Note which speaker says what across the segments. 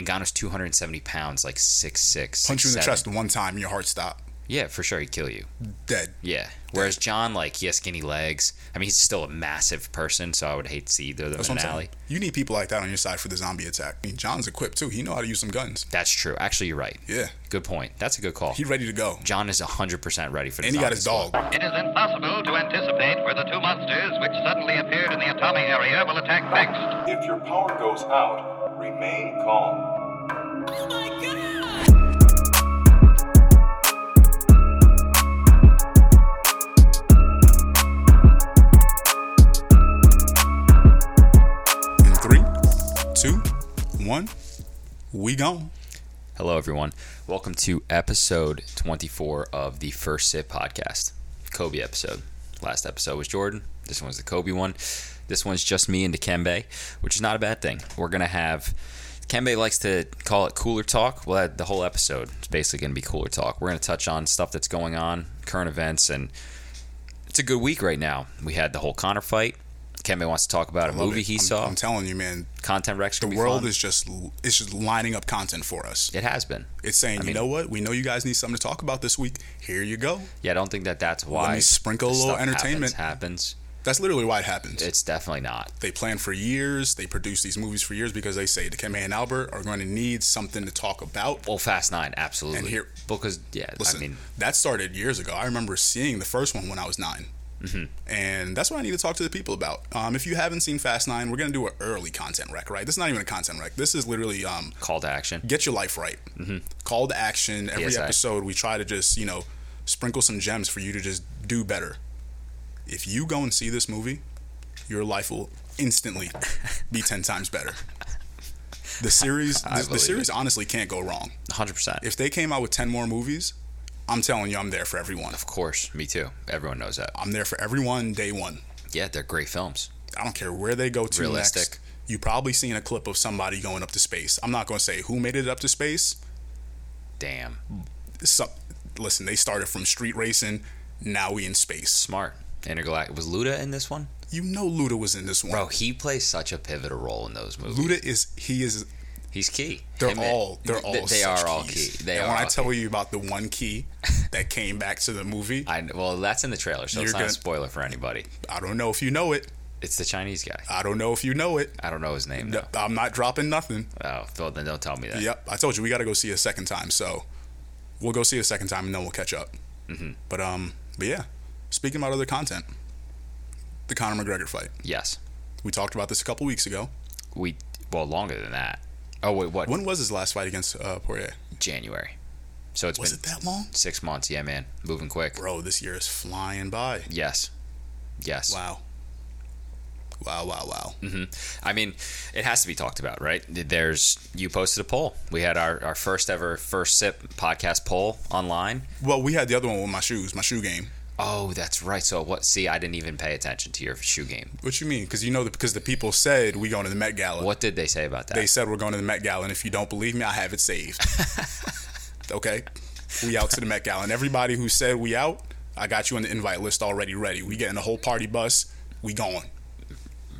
Speaker 1: Nagano's 270 pounds, like six six.
Speaker 2: Punch you in the chest one time, your heart stop.
Speaker 1: Yeah, for sure, he'd kill you.
Speaker 2: Dead.
Speaker 1: Yeah. Whereas John, like, he has skinny legs. I mean, he's still a massive person, so I would hate to see either of them
Speaker 2: That's
Speaker 1: in
Speaker 2: what
Speaker 1: an
Speaker 2: I'm
Speaker 1: alley.
Speaker 2: saying. You need people like that on your side for the zombie attack. I mean, John's equipped too. He know how to use some guns.
Speaker 1: That's true. Actually, you're right.
Speaker 2: Yeah,
Speaker 1: Good point. That's a good call.
Speaker 2: he ready to go.
Speaker 1: John is 100% ready for this.
Speaker 2: And he got his dog.
Speaker 3: It is impossible to anticipate where the two monsters which suddenly appeared in the Atami area will attack next.
Speaker 4: If your power goes out, remain calm.
Speaker 2: In three, two, one, we gone.
Speaker 1: Hello, everyone. Welcome to episode 24 of the First Sit podcast. Kobe episode. Last episode was Jordan. This one's the Kobe one. This one's just me and Dikembe, which is not a bad thing. We're going to have. Kembe likes to call it cooler talk. Well, that, the whole episode is basically going to be cooler talk. We're going to touch on stuff that's going on, current events, and it's a good week right now. We had the whole Connor fight. Kembe wants to talk about a movie he
Speaker 2: I'm,
Speaker 1: saw.
Speaker 2: I'm telling you, man,
Speaker 1: Content Rex.
Speaker 2: the world is just it's just lining up content for us.
Speaker 1: It has been.
Speaker 2: It's saying,
Speaker 1: I
Speaker 2: you
Speaker 1: mean-
Speaker 2: know what? We know you guys need something to talk about this week. Here you go.
Speaker 1: Yeah, I don't think that that's why.
Speaker 2: me sprinkle a
Speaker 1: this
Speaker 2: little
Speaker 1: stuff happens-
Speaker 2: entertainment.
Speaker 1: Happens,
Speaker 2: That's literally why it happens.
Speaker 1: It's definitely not.
Speaker 2: they plan for years. They produce these movies for years because they say the and Albert are going to need something to talk about.
Speaker 1: Well, Fast Nine, absolutely.
Speaker 2: And here-
Speaker 1: because yeah,
Speaker 2: Listen,
Speaker 1: I mean,
Speaker 2: that started years ago. I remember seeing the first one when I was 9
Speaker 1: Mm-hmm.
Speaker 2: And that's what I need to talk to the people about. Um, if you haven't seen Fast Nine, we're going to do an early content rec, right? This is not even a content rec. This is literally um,
Speaker 1: call to action.
Speaker 2: get your life right.
Speaker 1: Mm-hmm.
Speaker 2: Call to action. Every
Speaker 1: PSI.
Speaker 2: episode, we try to just, you know, sprinkle some gems for you to just do better. If you go and see this movie, your life will instantly be 10 times better. The series, the, the
Speaker 1: believe
Speaker 2: series honestly can't go wrong.
Speaker 1: Hundred percent.
Speaker 2: If they came out with 10 more movies, I'm telling you, I'm there for everyone.
Speaker 1: Of course, me too. Everyone knows that.
Speaker 2: I'm there for everyone day one.
Speaker 1: Yeah, they're great films.
Speaker 2: I don't care where they go to
Speaker 1: Realistic.
Speaker 2: next. You probably seen a clip of somebody going up to space. I'm not going to say who made it up to space.
Speaker 1: Damn,
Speaker 2: So, listen, they started from street racing. Now we in space.
Speaker 1: smart. Intergalactic was Luda in this one,
Speaker 2: You know Luda was in this one.
Speaker 1: bro. He plays such a pivotal role in those movies.
Speaker 2: Luda is he is.
Speaker 1: he's key.
Speaker 2: They're
Speaker 1: Him and-
Speaker 2: all they're all
Speaker 1: They, they
Speaker 2: such
Speaker 1: are all
Speaker 2: keys.
Speaker 1: key. They
Speaker 2: and
Speaker 1: are.
Speaker 2: when I
Speaker 1: all
Speaker 2: tell
Speaker 1: key.
Speaker 2: you about the one key that came back to the movie, I,
Speaker 1: I, well, that's in the trailer, so
Speaker 2: You're
Speaker 1: it's not a
Speaker 2: gonna-
Speaker 1: spoiler for anybody.
Speaker 2: don't know if you know it.
Speaker 1: It's the Chinese guy.
Speaker 2: I don't know if you know it.
Speaker 1: I don't know his name. though.
Speaker 2: Yep, I'm not dropping nothing.
Speaker 1: Oh, well, then don't tell me that.
Speaker 2: Yep, I told you we got to go see it a second time. So we'll go see it a second time and then we'll catch up. But um, but yeah, speaking about other content, the Conor McGregor fight.
Speaker 1: Yes,
Speaker 2: We talked about this a couple weeks ago.
Speaker 1: we well longer than that. Oh wait, what?
Speaker 2: When was his last fight against uh, Poirier?
Speaker 1: January. So it's
Speaker 2: Was
Speaker 1: been
Speaker 2: it that long?
Speaker 1: six months. Yeah, man, moving quick.
Speaker 2: Bro, this year is flying by.
Speaker 1: Yes, yes. Hmm.
Speaker 2: Wow. Wow, wow, wow.
Speaker 1: I mean, it has to be talked about, right? There's you posted a poll. We had our, our first ever first sip podcast poll online.
Speaker 2: Well, we had the other one with my shoes, my shoe game.
Speaker 1: Oh, that's right. So what? See, I didn't even pay attention to your shoe game.
Speaker 2: What you mean? Because you know, the, because the people said we going to the Met Gala.
Speaker 1: What did they say about that?
Speaker 2: They said we're going to the Met Gala, and if you don't believe me, I have it saved. okay, we out to the Met Gala, and everybody who said we out, I got you on the invite list already. Ready? We getting a whole party bus. We going.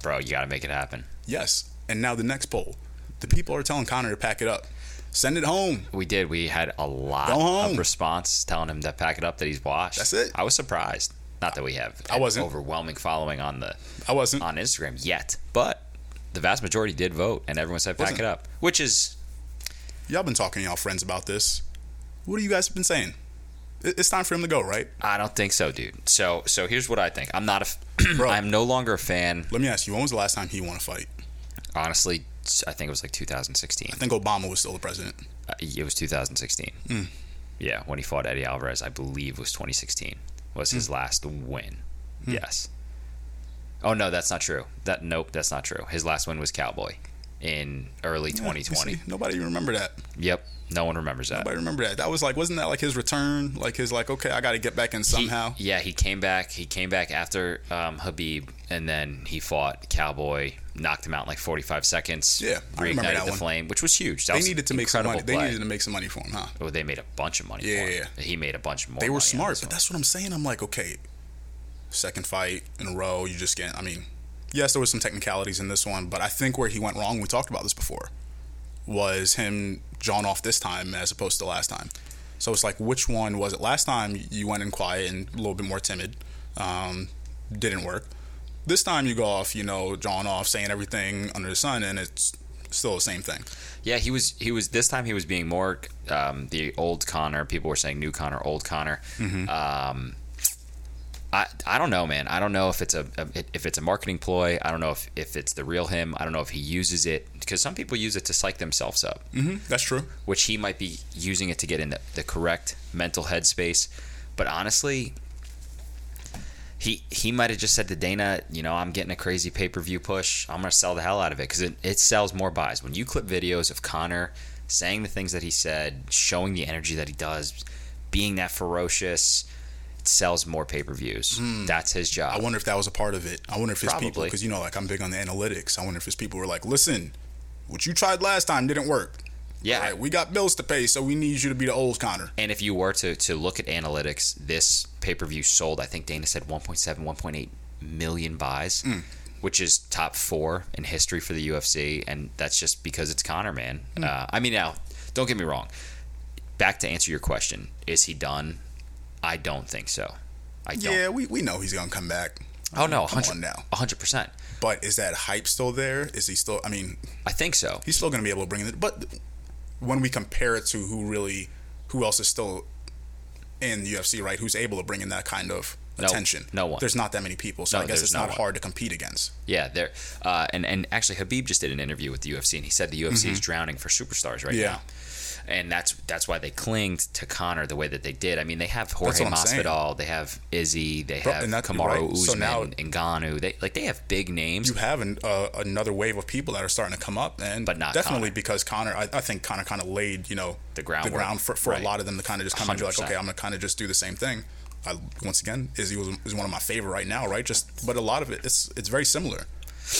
Speaker 1: Bro, you got to make it happen.
Speaker 2: Yes. And now the next poll, the people are telling Connor to pack it up, send it home.
Speaker 1: We did. We had a lot
Speaker 2: Go home.
Speaker 1: of response telling him to pack it up that he's washed.
Speaker 2: That's it.
Speaker 1: I was surprised. Not that we have
Speaker 2: I
Speaker 1: an
Speaker 2: wasn't.
Speaker 1: overwhelming following on the
Speaker 2: I wasn't.
Speaker 1: on Instagram yet, but the vast majority did vote, and everyone said pack
Speaker 2: Wasn't-
Speaker 1: it up, which is
Speaker 2: Y'all been talking to y'all friends about this. What have you guys been saying? It- It's time for him to go, right?
Speaker 1: I don't think so, dude. So so here's what I think. I'm not a f-
Speaker 2: Bro.
Speaker 1: I'm no longer a fan.
Speaker 2: Let me ask you, when was the last time he won a fight?
Speaker 1: Honestly, I think it was like 2016.
Speaker 2: I think Obama was still the president.
Speaker 1: Uh, It was 2016.
Speaker 2: Hmm.
Speaker 1: Yeah, when he fought Eddie Alvarez, I believe was 2016 was
Speaker 2: Hmm.
Speaker 1: his last win. Yes. Oh no, that's not true. That nope, that's not true. His last win was Cowboy in early
Speaker 2: Yeah, you
Speaker 1: 2020.
Speaker 2: see, Nobody even remember that.
Speaker 1: Yep. No one remembers that.
Speaker 2: Nobody remember that. That was like, wasn't that like his return? Like his like, okay, I got to get back in
Speaker 1: He-
Speaker 2: somehow.
Speaker 1: yeah, he came back. He came back after um, Habib, and then he fought Cowboy, knocked him out in like 45 seconds.
Speaker 2: Yeah, I remember
Speaker 1: reignited
Speaker 2: that
Speaker 1: the
Speaker 2: one.
Speaker 1: flame, which was huge. That
Speaker 2: they
Speaker 1: was an
Speaker 2: needed to make some
Speaker 1: incredible
Speaker 2: money. They
Speaker 1: play.
Speaker 2: needed to make some money for him, huh?
Speaker 1: Oh, they made a bunch of money.
Speaker 2: Yeah,
Speaker 1: for
Speaker 2: yeah,
Speaker 1: him. He made a bunch more.
Speaker 2: They were
Speaker 1: money on
Speaker 2: smart,
Speaker 1: this
Speaker 2: but
Speaker 1: one.
Speaker 2: Oh, that's what I'm saying. I'm like, okay, second fight in a row, you just get. I mean, yes, there was some technicalities in this one, but I think where he went wrong, we talked about this before, was him John off this time as opposed to last time. So it's like, which one was it? Last time you went in quiet and a little bit more timid, um, didn't work. This time you go off, you know, John off, saying everything under the sun, and it's still the same thing.
Speaker 1: Yeah, he was. He was this time. He was being more um, the old Connor. People were saying new Connor, old Connor.
Speaker 2: Mm-hmm.
Speaker 1: Um, I I don't know, man. I don't know if it's a, a if it's a marketing ploy. I don't know if, if it's the real him. I don't know if he uses it because some people use it to psych themselves up,
Speaker 2: Mm-hmm. That's true.
Speaker 1: which he might be using it to get in the, the correct mental headspace. But honestly, he he might have just said to Dana, you know, I'm getting a crazy pay per view push. I'm gonna sell the hell out of it because it, it sells more buys when you clip videos of Connor saying the things that he said, showing the energy that he does, being that ferocious. It sells more pay per views. That's his job.
Speaker 2: I wonder if that was a part of it. I wonder if his people,
Speaker 1: Probably.
Speaker 2: because you know, like I'm big on the analytics. I wonder if his people were like, listen, what you tried last time didn't work.
Speaker 1: yeah,
Speaker 2: All right, we got bills to pay, so we need you to be the old Connor.
Speaker 1: And if you were to, to look at analytics, this pay per view sold, I think Dana said 1.7, 1.8 million buys,
Speaker 2: Hmm.
Speaker 1: which is top four in history for the UFC. And that's just because it's Connor, man.
Speaker 2: Hmm.
Speaker 1: Uh, I mean, now, don't get me wrong. Back to answer your question is he done? I don't think so. I don't.
Speaker 2: Yeah, we, we know he's gonna come back.
Speaker 1: oh, no,
Speaker 2: Come
Speaker 1: 100,
Speaker 2: on now.
Speaker 1: 100%.
Speaker 2: But is that hype still there? Is he still? I mean,
Speaker 1: I think so.
Speaker 2: he's still gonna be able to bring it. But when we compare it to who really, who else is still in the UFC, right? Who's able to bring in that kind of
Speaker 1: No-
Speaker 2: attention?
Speaker 1: no one.
Speaker 2: There's not that many people, so
Speaker 1: No,
Speaker 2: I guess
Speaker 1: there's
Speaker 2: it's
Speaker 1: no
Speaker 2: not
Speaker 1: one.
Speaker 2: hard to compete against.
Speaker 1: Yeah, there. Uh, and and actually, Habib just did an interview with the UFC, and he said the UFC is drowning for superstars right
Speaker 2: Mm-hmm. Yeah.
Speaker 1: now. And that's that's why they clinged to Connor the way that they did. I mean, they have Jorge
Speaker 2: what I'm saying.
Speaker 1: Masvidal, they have Izzy, they
Speaker 2: Bro,
Speaker 1: have
Speaker 2: and that-
Speaker 1: Kamaru
Speaker 2: right. So
Speaker 1: Usman,
Speaker 2: now-
Speaker 1: Ngannou. They like they have big names.
Speaker 2: you have an, uh, another wave of people that are starting to come up, and
Speaker 1: But not
Speaker 2: definitely
Speaker 1: Conor.
Speaker 2: because Connor, I, I think Connor kind of laid you know
Speaker 1: The groundwork.
Speaker 2: for, for
Speaker 1: Right.
Speaker 2: a lot of them to kind of just come and be like,
Speaker 1: 100%.
Speaker 2: okay, I'm gonna kind of just do the same thing. I, once again, Izzy was, is one of my favorite right now, right? Just but a lot of it, it's it's very similar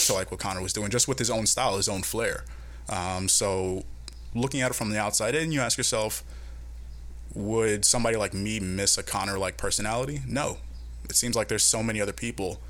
Speaker 2: to like what Connor was doing, just with his own style, his own flair. Um, so looking at it from the outside in, you ask yourself, would somebody like me miss a Connor like personality? No. It seems like there's so many other people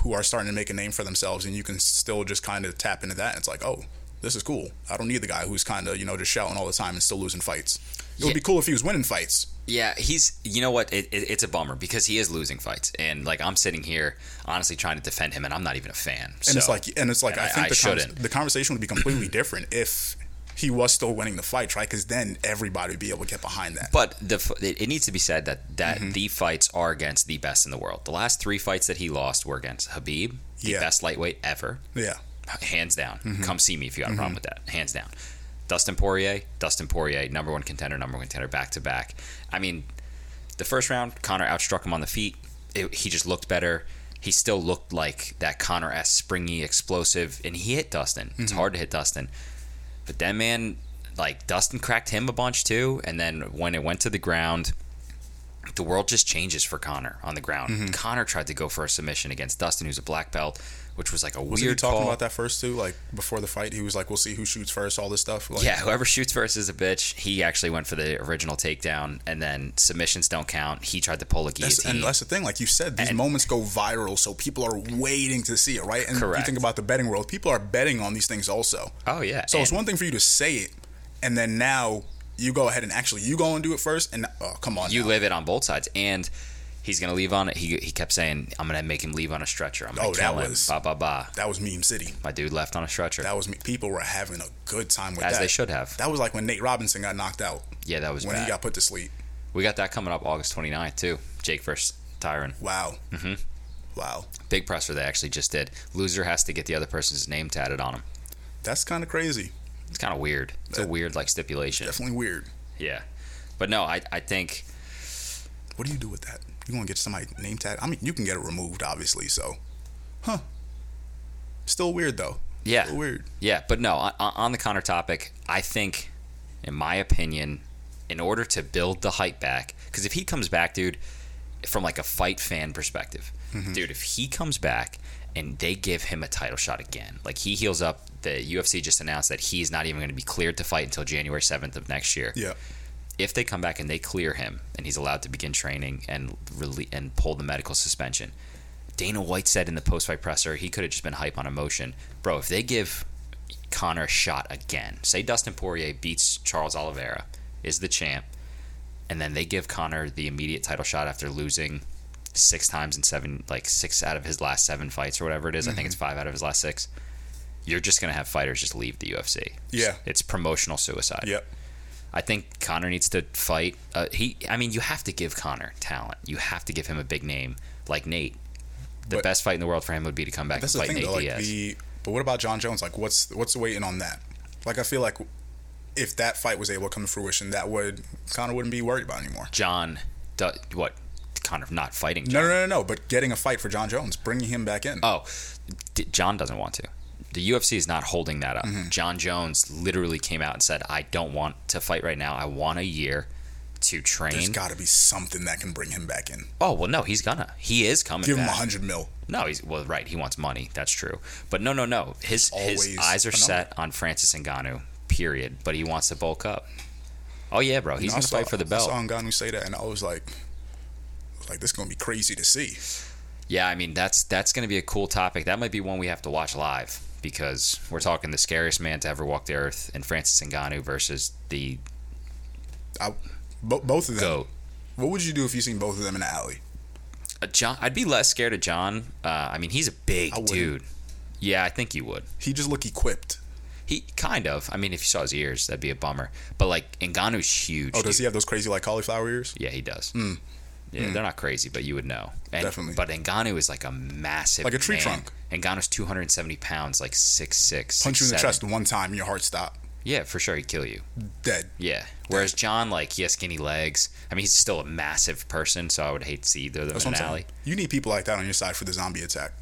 Speaker 2: who are starting to make a name for themselves, and you can still just kind of tap into that. And it's like, oh, this is cool. I don't need the guy who's kind of you know just shouting all the time and still losing fights. It would
Speaker 1: Yeah.
Speaker 2: be cool if he was winning fights.
Speaker 1: Yeah, he's. You know what? It, it, it's a bummer because he is losing fights, and like I'm sitting here honestly trying to defend him, and I'm not even a fan.
Speaker 2: And it's like, and it's like,
Speaker 1: and
Speaker 2: I
Speaker 1: I-
Speaker 2: think
Speaker 1: I
Speaker 2: the, convers-
Speaker 1: shouldn't.
Speaker 2: the conversation would be completely different if he was still winning the fights, right? Because then everybody would be able to get behind that. Mm-hmm.
Speaker 1: But the f- it it needs to be said that that the fights are against the best in the world. The last three fights that he lost were against Habib, the
Speaker 2: Yeah.
Speaker 1: best lightweight ever,
Speaker 2: yeah,
Speaker 1: hands down.
Speaker 2: Mm-hmm.
Speaker 1: Come see me if you got a problem with that, hands down. Dustin Poirier, Dustin Poirier, number one contender, number one contender, back to back. I mean, the first round, Connor outstruck him on the feet. It, he just looked better. He still looked like that Connor s springy, explosive, and he hit Dustin. It's
Speaker 2: Mm-hmm.
Speaker 1: hard to hit Dustin, but that man, like Dustin, cracked him a bunch too. And then when it went to the ground, the world just changes for Connor on the ground.
Speaker 2: Mm-hmm.
Speaker 1: Connor tried to go for a submission against Dustin, who's a black belt, which was like a
Speaker 2: was
Speaker 1: weird
Speaker 2: he talking
Speaker 1: call.
Speaker 2: about that first too? Like before the fight, he was like, "We'll see who shoots first, all this stuff." Like,
Speaker 1: Yeah, whoever shoots first is a bitch. He actually went for the original takedown, and then submissions don't count. He tried to pull a
Speaker 2: That's,
Speaker 1: guillotine.
Speaker 2: and that's the thing, like you said, these moments go viral, so people are waiting to see it, right? And if you
Speaker 1: Correct.
Speaker 2: think about the betting world, people are betting on these things also.
Speaker 1: oh yeah.
Speaker 2: So it's
Speaker 1: and-
Speaker 2: one thing for you to say it, and then now you go ahead and actually you go and do it first, and oh, come on,
Speaker 1: you
Speaker 2: now.
Speaker 1: live it on both sides, and he's gonna leave on it. He, he kept saying, "I'm gonna make him leave on a stretcher. I'm gonna
Speaker 2: Oh, that
Speaker 1: kill him."
Speaker 2: was-
Speaker 1: Ba ba ba.
Speaker 2: that was meme city.
Speaker 1: My dude left on a stretcher.
Speaker 2: That was me. People were having a good time with
Speaker 1: As
Speaker 2: that.
Speaker 1: they should have.
Speaker 2: That was like when Nate Robinson got knocked out
Speaker 1: yeah, that was
Speaker 2: when
Speaker 1: bad.
Speaker 2: he got put to sleep.
Speaker 1: we got that coming up August 29th too. Jake versus Tyron.
Speaker 2: Wow. Mm-hmm. Wow.
Speaker 1: Big presser they actually just did. Loser has to get the other person's name tatted on him.
Speaker 2: That's kind of crazy.
Speaker 1: It's kind of weird. It's a
Speaker 2: That-
Speaker 1: weird like stipulation.
Speaker 2: Definitely weird.
Speaker 1: Yeah, but no, I I think.
Speaker 2: What do you do with that? You want to get somebody name tag? I mean, you can get it removed, obviously. So, huh? Still weird though.
Speaker 1: Yeah.
Speaker 2: Still weird.
Speaker 1: Yeah, but no, on, on the Connor topic, I think, in my opinion, in order to build the hype back, because if he comes back, dude, from like a fight fan perspective, dude, if he comes back and they give him a title shot again, like he heals up, the UFC just announced that he's not even going to be cleared to fight until January 7th of next year.
Speaker 2: Yeah.
Speaker 1: If they come back and they clear him and he's allowed to begin training and rele- and pull the medical suspension, Dana White said in the post fight presser he could have just been hype on emotion. Bro, if they give Connor a shot again. Say Dustin Poirier beats Charles Oliveira, is the champ, and then they give Connor the immediate title shot after losing six times in seven, like six out of his last seven fights or whatever it is. I think it's five out of his last six. You're just gonna have fighters just leave the UFC.
Speaker 2: Yeah.
Speaker 1: it's promotional suicide.
Speaker 2: Yep.
Speaker 1: I think Connor needs to fight. Uh, he, I mean, you have to give Connor talent. You have to give him a big name like Nate. The
Speaker 2: But-
Speaker 1: best fight in the world for him would be to come back and
Speaker 2: That's the
Speaker 1: fight
Speaker 2: thing,
Speaker 1: Nate
Speaker 2: though. Like
Speaker 1: Diaz.
Speaker 2: the but what about John Jones? Like, what's what's the waiting on that? Like, I feel like if that fight was able to come to fruition, that would Connor wouldn't be worried about anymore.
Speaker 1: John, du- what? Connor not fighting.
Speaker 2: No,
Speaker 1: John.
Speaker 2: no, no, no. But getting a fight for John Jones, bringing him back in.
Speaker 1: Oh, D- John doesn't want to. The UFC is not holding that up.
Speaker 2: Mm-hmm.
Speaker 1: John Jones literally came out and said, "I don't want to fight right now. I want a year to
Speaker 2: There's
Speaker 1: train."
Speaker 2: got to be something that can bring him back in.
Speaker 1: oh well, no, he's gonna. He is coming.
Speaker 2: Give him a
Speaker 1: back.
Speaker 2: hundred mil.
Speaker 1: No, he's well, right. He wants money. That's true. But no, no, no. His his
Speaker 2: always
Speaker 1: eyes are
Speaker 2: a number.
Speaker 1: set on Francis Ngannou. Period. But he wants to bulk up. Oh yeah, bro. He's
Speaker 2: And I
Speaker 1: gonna
Speaker 2: saw-
Speaker 1: fight for the belt.
Speaker 2: I saw Ngannou say that, and I was like, I was like this is gonna be crazy to see.
Speaker 1: Yeah, I mean that's that's gonna be a cool topic. That might be one we have to watch live because we're talking the scariest man to ever walk the earth and Francis Ngannou versus the
Speaker 2: I, bo- both of them.
Speaker 1: goat.
Speaker 2: What would you do if you seen both of them in the alley?
Speaker 1: Uh, John, I'd be less scared of John. Uh, I mean, he's a big
Speaker 2: I wouldn't.
Speaker 1: dude. Yeah, I think you would.
Speaker 2: He just looked equipped.
Speaker 1: He kind of. I mean, if you saw his ears, that'd be a bummer. But like Ngannou's huge.
Speaker 2: Oh, does
Speaker 1: dude.
Speaker 2: he have those crazy like cauliflower ears?
Speaker 1: Yeah, he does. Yeah, they're not crazy, but you would know. And,
Speaker 2: Hmm. Definitely.
Speaker 1: But Ngannou is like a massive,
Speaker 2: Like a tree
Speaker 1: man.
Speaker 2: trunk.
Speaker 1: Ngannou's 270 pounds, like six six.
Speaker 2: Punch you in the chest one time, your heart stop.
Speaker 1: Yeah, for sure, he'd kill you.
Speaker 2: Dead.
Speaker 1: Yeah. Whereas John, like, he has skinny legs. I mean, he's still a massive person, so I would hate to see either of them
Speaker 2: That's
Speaker 1: in
Speaker 2: what
Speaker 1: an
Speaker 2: I'm
Speaker 1: alley.
Speaker 2: saying. You need people like that on your side for the zombie attack.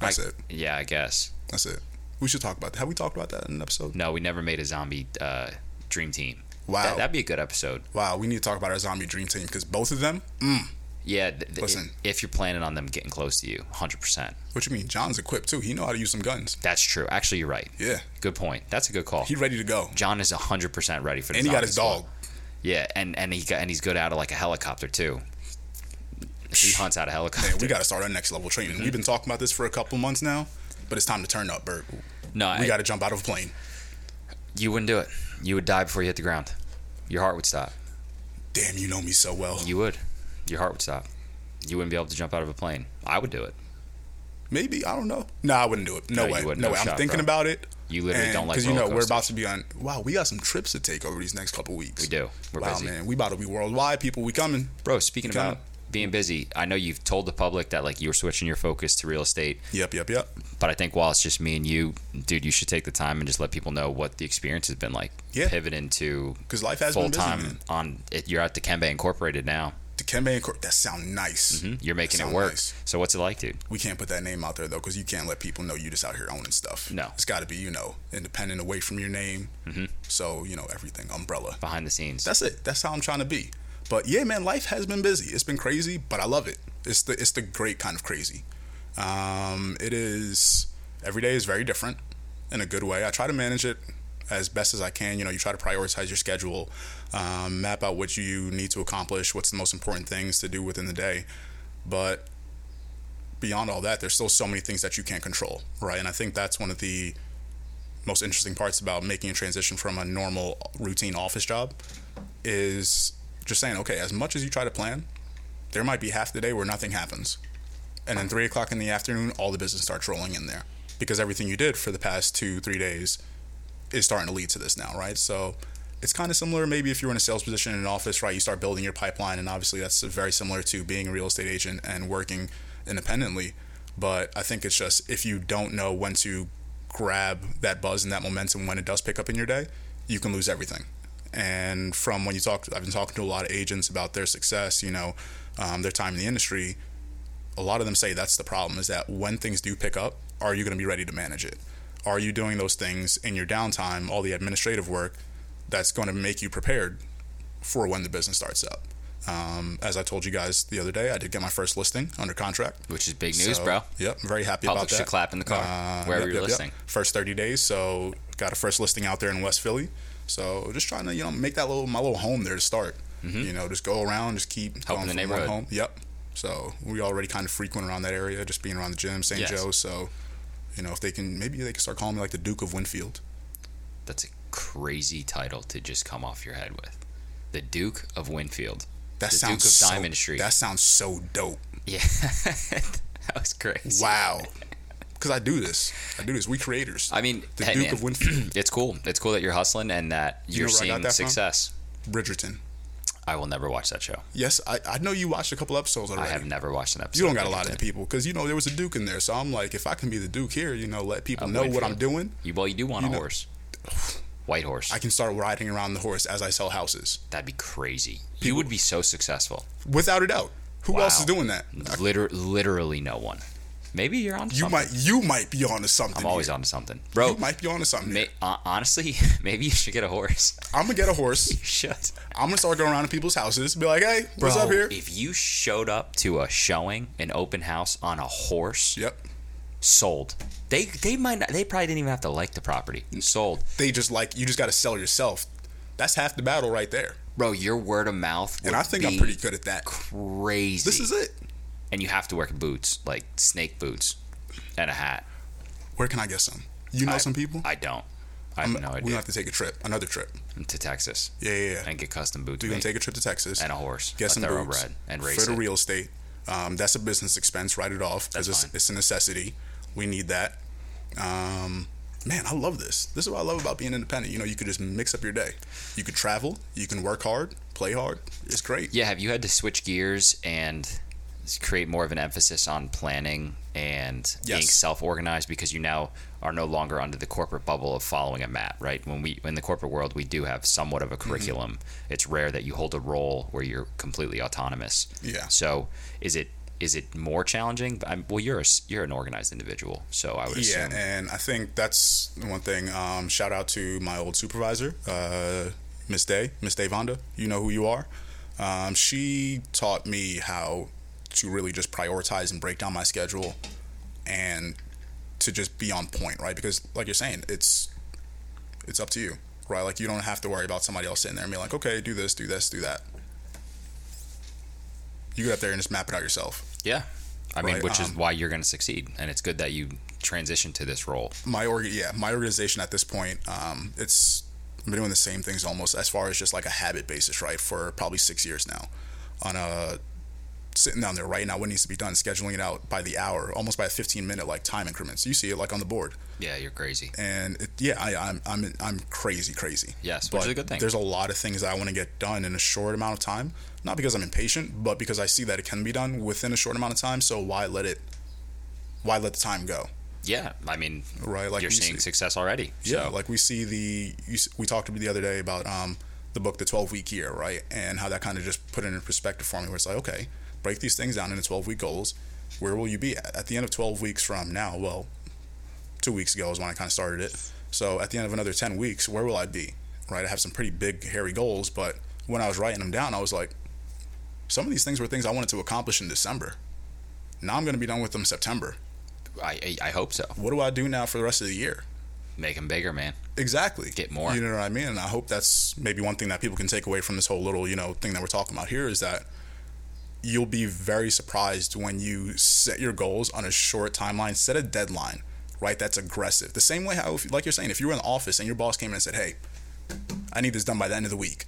Speaker 2: That's
Speaker 1: I-
Speaker 2: it.
Speaker 1: Yeah, I guess.
Speaker 2: That's it. We should talk about that. Have we talked about that in an episode?
Speaker 1: No, we never made a zombie uh, dream team.
Speaker 2: Wow.
Speaker 1: That, that'd be a good episode.
Speaker 2: Wow, we need to talk about our zombie dream team because both of them. Mm.
Speaker 1: Yeah. Th- th-
Speaker 2: Listen.
Speaker 1: If you're planning on them getting close to you, 100%.
Speaker 2: What you mean? John's equipped too. He know how to use some guns.
Speaker 1: That's true. Actually, you're right.
Speaker 2: Yeah,
Speaker 1: Good point. That's a good call.
Speaker 2: he ready to go.
Speaker 1: John is 100% ready for the
Speaker 2: And he got his
Speaker 1: zombie squad.
Speaker 2: dog.
Speaker 1: Yeah, and and he got, and he's good out of like a helicopter too. He hunts out a helicopter.
Speaker 2: Man, we got to start our next level training.
Speaker 1: Mm-hmm.
Speaker 2: We've been talking about this for a couple months now, but it's time to turn up, Bert.
Speaker 1: no, I-
Speaker 2: We got to jump out of a plane.
Speaker 1: you wouldn't do it. You would die before you hit the ground. Your heart would stop.
Speaker 2: Damn, you know me so well.
Speaker 1: You would. Your heart would stop. You wouldn't be able to jump out of a plane. I would do it.
Speaker 2: Maybe I don't know. No, I wouldn't do it. No,
Speaker 1: No, you
Speaker 2: way.
Speaker 1: wouldn't.
Speaker 2: No
Speaker 1: No
Speaker 2: way.
Speaker 1: shot,
Speaker 2: I'm thinking
Speaker 1: bro.
Speaker 2: about it.
Speaker 1: You literally don't like
Speaker 2: because you know
Speaker 1: roller
Speaker 2: we're about to be on. Wow, we got some trips to take over these next couple weeks.
Speaker 1: We do. We're
Speaker 2: wow,
Speaker 1: busy.
Speaker 2: man, we about to be worldwide. People, we coming.
Speaker 1: Bro, speaking
Speaker 2: Kinda-
Speaker 1: about being busy, I know you've told the public that like you were switching your focus to real estate,
Speaker 2: Yep, yep, yep.
Speaker 1: but I think while it's just me and you, dude, you should take the time and just let people know what the experience has been like.
Speaker 2: Yeah.
Speaker 1: Pivoting to
Speaker 2: Because life has
Speaker 1: full
Speaker 2: been busy.
Speaker 1: time
Speaker 2: man.
Speaker 1: on it, you're at the Kembe Incorporated now.
Speaker 2: Dikembe and Cor- that sound nice.
Speaker 1: Hmm? You're making it
Speaker 2: Sound
Speaker 1: work.
Speaker 2: nice.
Speaker 1: So what's it like, dude?
Speaker 2: We can't put that name out there though, because you can't let people know you just out here owning stuff.
Speaker 1: No.
Speaker 2: it's got to be you know independent, away from your name. Mm-hmm. So you know everything umbrella.
Speaker 1: behind the scenes.
Speaker 2: That's it. That's how I'm trying to be. But yeah, man, life has been busy. It's been crazy, but I love it. It's the it's the great kind of crazy. Um, it is every day is very different in a good way. I try to manage it as best as I can. You know, you try to prioritize your schedule, um, map out what you need to accomplish, what's the most important things to do within the day. But beyond all that, there's still so many things that you can't control, right? And I think that's one of the most interesting parts about making a transition from a normal routine office job is just saying, okay, as much as you try to plan, there might be half the day where nothing happens. And then three o'clock in the afternoon, all the business starts rolling in there because everything you did for the past two, three days is starting to lead to this now, right? So it's kind of similar. Maybe if you're in a sales position in an office, right, you start building your pipeline, and obviously that's very similar to being a real estate agent and working independently. But I think it's just if you don't know when to grab that buzz and that momentum when it does pick up in your day, you can lose everything. And from when you talk, I've been talking to a lot of agents about their success, you know, um, their time in the industry a lot of them say that's the problem is that when things do pick up, are you going to be ready to manage it? Are you doing those things in your downtime, all the administrative work that's going to make you prepared for when the business starts up? Um, as I told you guys the other day, I did get my first listing under contract.
Speaker 1: Which is big news,
Speaker 2: So,
Speaker 1: bro.
Speaker 2: Yep, I'm very happy
Speaker 1: Public
Speaker 2: about that. Uh,
Speaker 1: should clap in the car,
Speaker 2: Ah,
Speaker 1: wherever you're listening.
Speaker 2: First 30 days, so got a first listing out there in West Philly. So just trying to you know make that little my little home there to start. You know, just go around, just keep
Speaker 1: Mm-hmm. Helping
Speaker 2: going
Speaker 1: the
Speaker 2: from one
Speaker 1: neighborhood.
Speaker 2: Home. Yep. So we already kind of frequent around that area, just being around the gym, St.
Speaker 1: Yes.
Speaker 2: Joe's. So you know, if they can, maybe they can start calling me like the Duke of Winfield.
Speaker 1: That's a crazy title to just come off your head with. The Duke of Winfield.
Speaker 2: That
Speaker 1: the
Speaker 2: sounds
Speaker 1: Duke of
Speaker 2: so,
Speaker 1: Diamond Street.
Speaker 2: That sounds so dope.
Speaker 1: Yeah, that was crazy.
Speaker 2: Wow. Because I do this. I do this. We creators.
Speaker 1: I mean,
Speaker 2: the
Speaker 1: hey,
Speaker 2: Duke
Speaker 1: man,
Speaker 2: of Winfield,
Speaker 1: it's cool. It's cool that you're hustling and that
Speaker 2: You
Speaker 1: you're
Speaker 2: know where I got
Speaker 1: seeing
Speaker 2: that from?
Speaker 1: success.
Speaker 2: Bridgerton.
Speaker 1: I will never watch that show.
Speaker 2: Yes, I, I know you watched a couple episodes
Speaker 1: I
Speaker 2: already.
Speaker 1: have never watched an episode.
Speaker 2: You don't got a
Speaker 1: of
Speaker 2: lot of
Speaker 1: Bridgerton.
Speaker 2: people because you know there was a Duke in there. So I'm like, if I can be the Duke here, you know, let people
Speaker 1: Of
Speaker 2: know what
Speaker 1: Winfield.
Speaker 2: I'm doing.
Speaker 1: You, well, you do want a
Speaker 2: You know-
Speaker 1: horse. White horse.
Speaker 2: I can start riding around the horse as I sell houses,
Speaker 1: That'd be crazy. you would be so successful.
Speaker 2: without a doubt. Who
Speaker 1: Wow.
Speaker 2: else is doing that?
Speaker 1: Liter- literally no one. Maybe you're on.
Speaker 2: You might, you might be onto something.
Speaker 1: I'm always
Speaker 2: here.
Speaker 1: on something,
Speaker 2: You
Speaker 1: bro.
Speaker 2: might be onto something.
Speaker 1: May, uh, honestly, maybe you should get a horse.
Speaker 2: I'm gonna get a horse.
Speaker 1: You should.
Speaker 2: I'm gonna start going around to people's houses, be like, hey, what's
Speaker 1: Bro,
Speaker 2: up here?
Speaker 1: If you showed up to a showing, an open house on a horse,
Speaker 2: Yep.
Speaker 1: sold. They they might not, they probably didn't even have to like the property. Sold.
Speaker 2: They just like you just got to sell yourself. That's half the battle right there.
Speaker 1: Bro, your word of mouth
Speaker 2: And
Speaker 1: would
Speaker 2: I think I'm
Speaker 1: be
Speaker 2: pretty good at that.
Speaker 1: crazy.
Speaker 2: This is it.
Speaker 1: and you have to wear boots, like snake boots and a hat.
Speaker 2: Where can I get some? You know
Speaker 1: I-
Speaker 2: some people?
Speaker 1: I don't. I have
Speaker 2: I'm-
Speaker 1: no
Speaker 2: We're
Speaker 1: idea.
Speaker 2: gonna have to take a trip, another trip.
Speaker 1: to Texas
Speaker 2: Yeah, yeah, yeah.
Speaker 1: and get custom boots
Speaker 2: We're
Speaker 1: made
Speaker 2: gonna take a trip to Texas.
Speaker 1: and a horse.
Speaker 2: get
Speaker 1: a
Speaker 2: some
Speaker 1: thoroughbred
Speaker 2: boots
Speaker 1: and
Speaker 2: for
Speaker 1: race
Speaker 2: the
Speaker 1: it.
Speaker 2: real estate. Um, that's a business expense. Write it off
Speaker 1: That's
Speaker 2: because it's,
Speaker 1: fine.
Speaker 2: it's a necessity. We need that. Um, man, I love this. This is what I love about being independent. You know, you could just mix up your day. You could travel. You can work hard, play hard. It's great.
Speaker 1: Yeah, have you had to switch gears and s- create more of an emphasis on planning and being
Speaker 2: Yes.
Speaker 1: self-organized because you now are no longer under the corporate bubble of following a map, right? When we in the corporate world, we do have somewhat of a
Speaker 2: Mm-hmm.
Speaker 1: curriculum. It's rare that you hold a role where you're completely autonomous.
Speaker 2: Yeah.
Speaker 1: So, is it is it more challenging? I'm, well, you're a s you're an organized individual, so I would
Speaker 2: Yeah,
Speaker 1: assume.
Speaker 2: and I think that's the one thing. Um, shout out to my old supervisor, uh, Miss Day, Miss Day Vonda. You know who you are. Um, she taught me how to really just prioritize and break down my schedule, and to just be on point, right? Because like you're saying, it's it's up to you, right? Like you don't have to worry about somebody else sitting there and being like, okay, do this, do this, do that. You get up there and just map it out yourself.
Speaker 1: Yeah. I mean,
Speaker 2: Right,
Speaker 1: which is
Speaker 2: um,
Speaker 1: why you're going to succeed, and it's good that you transition to this role.
Speaker 2: my org yeah my organization at this point um it's i've been doing the same things almost as far as just like a habit basis right for probably six years now on a sitting down there writing out what needs to be done scheduling it out by the hour almost by a 15 minute like time increments you see it like on the board
Speaker 1: Yeah, you're crazy.
Speaker 2: and it, yeah I, i'm i'm i'm crazy crazy
Speaker 1: Yes, which is
Speaker 2: But
Speaker 1: a good thing.
Speaker 2: there's a lot of things that i want to get done in a short amount of time not because i'm impatient but because i see that it can be done within a short amount of time so why let it why let the time go
Speaker 1: Yeah, I mean,
Speaker 2: Right, like
Speaker 1: you're
Speaker 2: we
Speaker 1: seeing
Speaker 2: see.
Speaker 1: success already.
Speaker 2: Yeah, like we see the you, s- we talked the other day about um, the book The 12 Week Year, right? And how that kind of just put it in perspective for me where it's like, okay, break these things down into 12 week goals. Where will you be at? At the end of 12 weeks from now, well, two weeks ago is when I kind of started it. So at the end of another 10 weeks, where will I be? Right? I have some pretty big, hairy goals, but when I was writing them down, I was like, some of these things were things I wanted to accomplish in December. Now I'm going to be done with them September.
Speaker 1: I, I I hope so.
Speaker 2: What do I do now for the rest of the year?
Speaker 1: Make them bigger, man.
Speaker 2: Exactly.
Speaker 1: Get more.
Speaker 2: You know what I mean? And I hope that's maybe one thing that people can take away from this whole little, you know, thing that we're talking about here is that you'll be very surprised when you set your goals on a short timeline, set a deadline, right? That's aggressive. The same way how if, like you're saying, if you were in the office and your boss came in and said, "Hey, I need this done by the end of the week."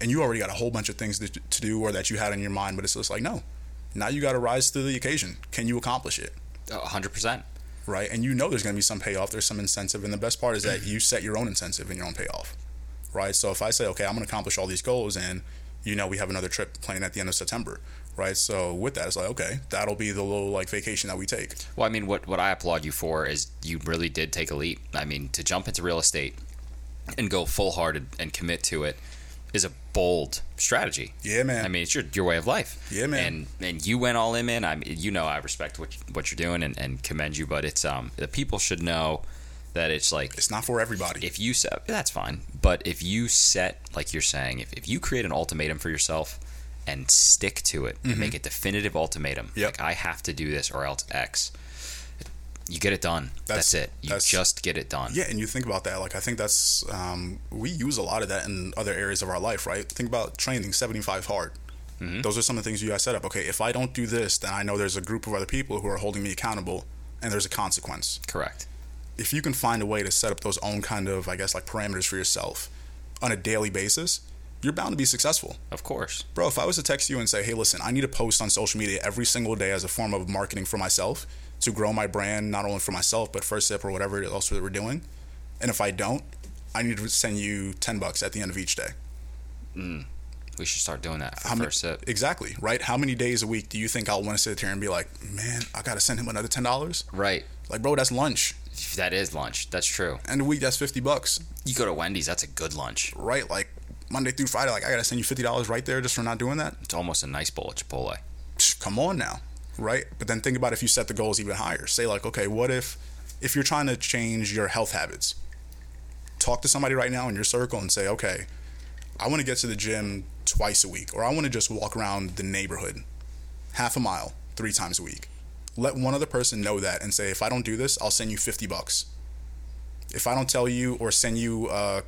Speaker 2: And you already got a whole bunch of things to, to do or that you had on your mind, but it's just like, "No. Now you got to rise to the occasion. Can you accomplish it?"
Speaker 1: A hundred percent.
Speaker 2: right? And you know there's going to be some payoff, there's some incentive, and the best part is that you set your own incentive and your own payoff, right? So if I say, okay, I'm going to accomplish all these goals, and you know we have another trip planned at the end of September, right? So with that, it's like okay, that'll be the little like vacation that we take.
Speaker 1: Well, I mean, what what I applaud you for is you really did take a leap. I mean, to jump into real estate and go full hearted and commit to it is a bold strategy.
Speaker 2: Yeah, man.
Speaker 1: I mean, it's your your way of life.
Speaker 2: Yeah, man.
Speaker 1: And and you went all in, man. I mean, you know, I respect what you- what you're doing and, and commend you, but it's um the people should know that it's like
Speaker 2: It's not for everybody.
Speaker 1: if you set that's fine but if you set like you're saying if, if you create an ultimatum for yourself and stick to it and make a definitive ultimatum
Speaker 2: Mm-hmm. Yep.
Speaker 1: like i have to do this or else x you get it done that's,
Speaker 2: That's-
Speaker 1: it you
Speaker 2: that's-
Speaker 1: just get it done
Speaker 2: Yeah, and you think about that. Like I think that's um, we use a lot of that in other areas of our life, right? Think about training seventy five hard.
Speaker 1: Mm-hmm.
Speaker 2: Those are some of the things you guys set up. Okay, if I don't do this, then I know there's a group of other people who are holding me accountable, and there's a consequence.
Speaker 1: correct
Speaker 2: if you can find a way to set up those own kind of, I guess, like parameters for yourself on a daily basis, you're bound to be successful.
Speaker 1: Of course.
Speaker 2: Bro, if I was to text you and say, hey, listen, I need to post on social media every single day as a form of marketing for myself to grow my brand, not only for myself, but First Sip or whatever else that we're doing. And if I don't, I need to send you 10 bucks at the end of each day.
Speaker 1: We should start doing that for
Speaker 2: How many-
Speaker 1: first sip.
Speaker 2: Exactly, right? How many days a week do you think I'll want to sit here and be like, man, I got to send him another $10?
Speaker 1: Right.
Speaker 2: Like, bro, that's lunch.
Speaker 1: That is lunch. That's true.
Speaker 2: End of week, that's 50 bucks,
Speaker 1: You go to Wendy's, that's a good lunch.
Speaker 2: right? Like, Monday through Friday, like, I got to send you $50 right there just for not doing that.
Speaker 1: It's almost a nice bowl of Chipotle.
Speaker 2: Psh, come on now, right? But then think about if you set the goals even higher. Say like, okay, what if if you're trying to change your health habits? Talk to somebody right now in your circle and say, okay, I want to get to the gym twice a week, or I want to just walk around the neighborhood half a mile three times a week. Let one other person know that and say, if I don't do this, I'll send you fifty bucks. If I don't tell you or send you uh,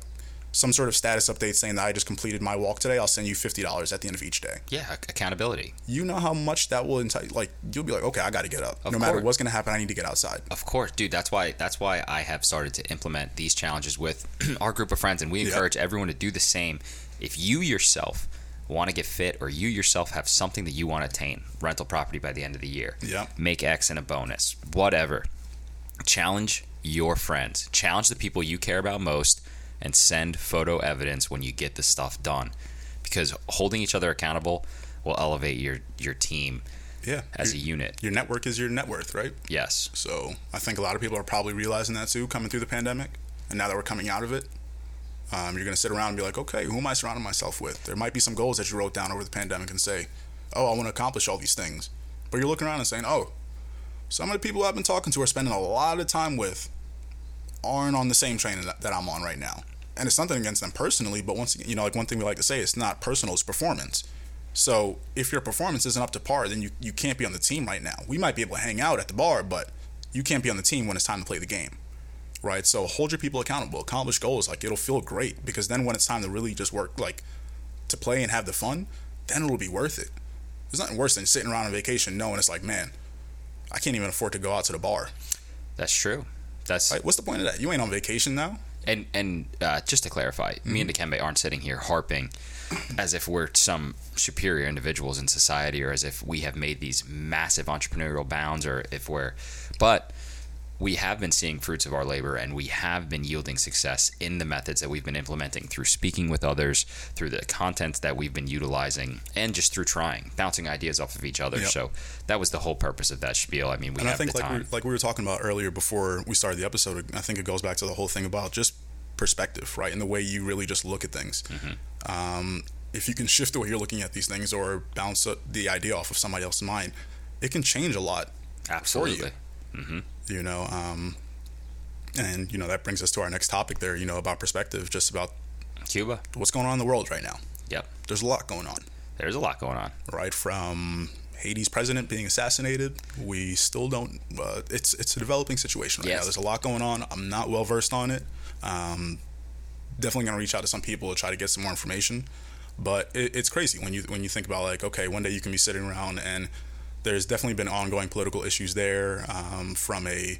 Speaker 2: some sort of status update saying that I just completed my walk today, I'll send you fifty dollars at the end of each day
Speaker 1: Yeah, ac- accountability.
Speaker 2: you know how much that will entice. Like you'll be like, okay, I got to get up.
Speaker 1: Of
Speaker 2: no matter
Speaker 1: course.
Speaker 2: what's gonna happen, I need to get outside.
Speaker 1: Of course, dude. That's why. That's why I have started to implement these challenges with our group of friends, and we
Speaker 2: Yeah.
Speaker 1: encourage everyone to do the same. If you yourself want to get fit, or you yourself have something that you want to attain, rental property by the end of the year,
Speaker 2: Yeah.
Speaker 1: make X and a bonus, whatever. Challenge your friends. Challenge the people you care about most, and send photo evidence when you get the stuff done, because holding each other accountable will elevate your your team
Speaker 2: Yeah.
Speaker 1: as a
Speaker 2: your,
Speaker 1: unit.
Speaker 2: your network is your net worth, right?
Speaker 1: Yes.
Speaker 2: So I think a lot of people are probably realizing that too, coming through the pandemic, and now that we're coming out of it, um, you're gonna sit around and be like, okay, who am I surrounding myself with? There might be some goals that you wrote down over the pandemic and say, oh, I want to accomplish all these things, but you're looking around and saying, oh, some of the people I've been talking to or spending a lot of time with aren't on the same train that, that I'm on right now. And it's nothing against them personally, but once again, you know, like one thing we like to say, it's not personal, it's performance. So if your performance isn't up to par, then you, you can't be on the team right now. We might be able to hang out at the bar, but you can't be on the team when it's time to play the game. Right? So hold your people accountable, accomplish goals. Like it'll feel great because then when it's time to really just work, like to play and have the fun, then it'll be worth it. There's nothing worse than sitting around on vacation knowing it's like, man, I can't even afford to go out to the bar.
Speaker 1: That's true. That's
Speaker 2: Like, what's the point of that? You ain't on vacation now.
Speaker 1: and and uh, just to clarify, me and
Speaker 2: Mm-hmm.
Speaker 1: Dikembe aren't sitting here harping as if we're some superior individuals in society, or as if we have made these massive entrepreneurial bounds, or if we're, but we have been seeing fruits of our labor, and we have been yielding success in the methods that we've been implementing through speaking with others, through the content that we've been utilizing, and just through trying, bouncing ideas off of each other.
Speaker 2: Yep.
Speaker 1: So that was the whole purpose of that spiel. I mean, we
Speaker 2: And I
Speaker 1: have
Speaker 2: think
Speaker 1: the
Speaker 2: like we,
Speaker 1: time.
Speaker 2: like we were talking about earlier before we started the episode, I think it goes back to the whole thing about just perspective, right? And the way you really just look at things.
Speaker 1: Mm-hmm.
Speaker 2: Um, if you can shift the way you're looking at these things or bounce up the idea off of somebody else's mind, it can change a lot,
Speaker 1: Absolutely.
Speaker 2: you know. Um, and you know that brings us to our next topic there, you know, about perspective, just about
Speaker 1: Cuba.
Speaker 2: what's going on in the world right now.
Speaker 1: Yep.
Speaker 2: There's a lot going on.
Speaker 1: There's a lot going on.
Speaker 2: right from Haiti's president being assassinated. We still don't. Uh, it's it's a developing situation right
Speaker 1: Yes.
Speaker 2: now. There's a lot going on. I'm not well versed on it. Um, definitely gonna reach out to some people to try to get some more information. But it, it's crazy when you when you think about like okay, one day you can be sitting around and there's definitely been ongoing political issues there um, from a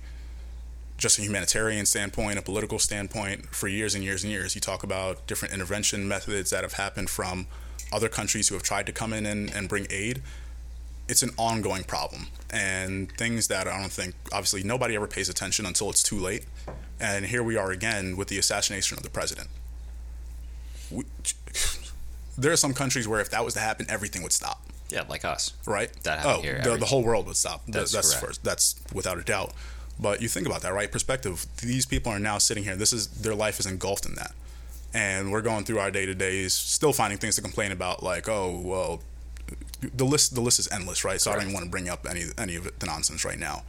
Speaker 2: just a humanitarian standpoint, a political standpoint, for years and years and years. You talk about different intervention methods that have happened from other countries who have tried to come in and, and bring aid. It's an ongoing problem, and things that I don't think, obviously, nobody ever pays attention until it's too late. And here we are again with the assassination of the president. We, there are some countries where if that was to happen, everything would stop
Speaker 1: Yeah, like us.
Speaker 2: right?
Speaker 1: That happened
Speaker 2: oh,
Speaker 1: here
Speaker 2: The,
Speaker 1: every-
Speaker 2: the whole world would stop. Th-
Speaker 1: That's
Speaker 2: That's
Speaker 1: correct.
Speaker 2: first. That's without a doubt. But you think about that, right? Perspective. These people are now sitting here. This is their life is engulfed in that, and we're going through our day to days, still finding things to complain about. Like, oh well, the list the list is endless, right? So I don't even want to bring up any any of it, the nonsense right now.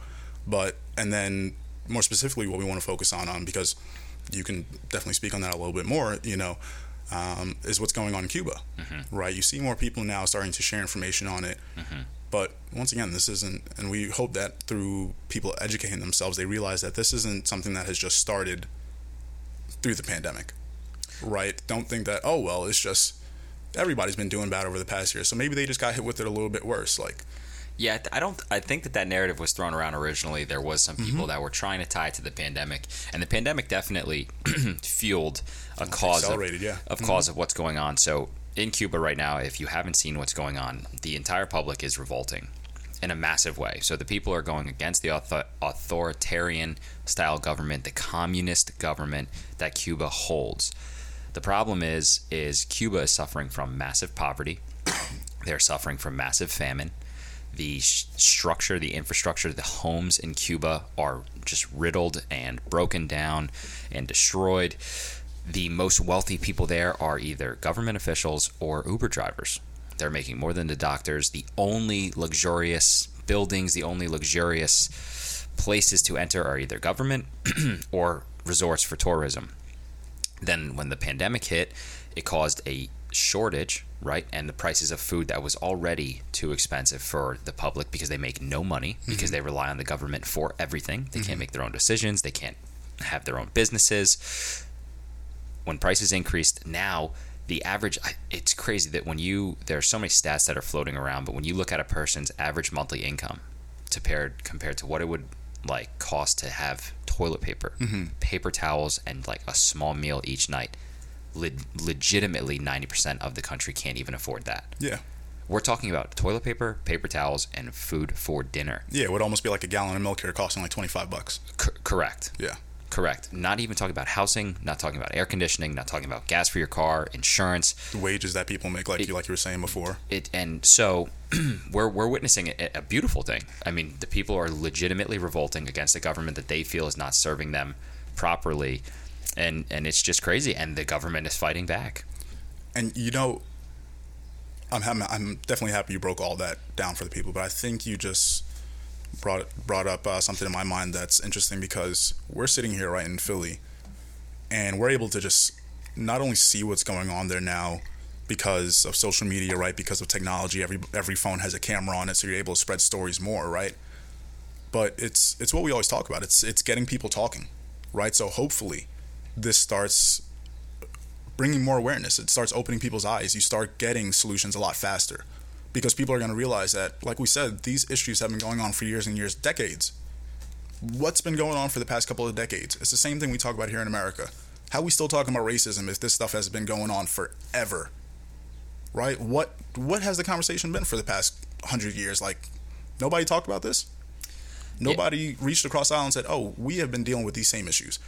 Speaker 2: But and then more specifically, what we want to focus on on because you can definitely speak on that a little bit more. You know, um, is what's going on in Cuba,
Speaker 1: Mm-hmm.
Speaker 2: right? You see more people now starting to share information on it. But once again, this isn't, and we hope that through people educating themselves, they realize that this isn't something that has just started through the pandemic, right? Don't think that, oh, well, it's just everybody's been doing bad over the past year. So maybe they just got hit with it a little bit worse. Like,
Speaker 1: Yeah, I th- I don't. I think that that narrative was thrown around originally. There was some people that were trying to tie it to the pandemic, and the pandemic definitely fueled a cause
Speaker 2: accelerated,
Speaker 1: of,
Speaker 2: yeah.
Speaker 1: of cause of what's going on. So in Cuba right now, if you haven't seen what's going on, the entire public is revolting in a massive way. So the people are going against the author- authoritarian style government, the communist government that Cuba holds. The problem is is Cuba is suffering from massive poverty. They're suffering from massive famine. The sh- structure, the infrastructure, the homes in Cuba are just riddled and broken down and destroyed. The most wealthy people there are either government officials or Uber drivers. They're making more than the doctors. The only luxurious buildings, the only luxurious places to enter are either government or resorts for tourism then when the pandemic hit it caused a shortage right and the prices of food that was already too expensive for the public because they make no money because they rely on the government for everything they can't make their own decisions they can't have their own businesses when prices increased now the average I- it's crazy that when you there are so many stats that are floating around but when you look at a person's average monthly income to pair, compared to what it would like cost to have toilet paper
Speaker 2: Mm-hmm.
Speaker 1: paper towels and like a small meal each night le- legitimately 90% of the country can't even afford that
Speaker 2: Yeah.
Speaker 1: we're talking about toilet paper paper towels and food for dinner
Speaker 2: Yeah, it would almost be like a gallon of milk here costing like 25 bucks.
Speaker 1: C- correct
Speaker 2: Yeah.
Speaker 1: correct not even talking about housing not talking about air conditioning not talking about gas for your car insurance
Speaker 2: The wages that people make, like you like you were saying before.
Speaker 1: it and so we're we're witnessing a, a beautiful thing. I mean, the people are legitimately revolting against a government that they feel is not serving them properly, and and it's just crazy. And the government is fighting back.
Speaker 2: And you know, I'm, I'm I'm definitely happy you broke all that down for the people, but I think you just brought brought up uh, something in my mind that's interesting because we're sitting here right in Philly, and we're able to just not only see what's going on there now because of social media, right? Because of technology, every every phone has a camera on it, so you're able to spread stories more, right? But it's it's what we always talk about. It's it's getting people talking, right? So hopefully, this starts bringing more awareness. It starts opening people's eyes. You start getting solutions a lot faster because people are going to realize that, like we said, these issues have been going on for years and years, decades. What's been going on for the past couple of decades? It's the same thing we talk about here in America. How are we still talking about racism if this stuff has been going on forever? Right? What what has the conversation been for the past hundred years? Like nobody talked about this? Nobody reached across the aisle and said, Oh, we have been dealing with these same issues.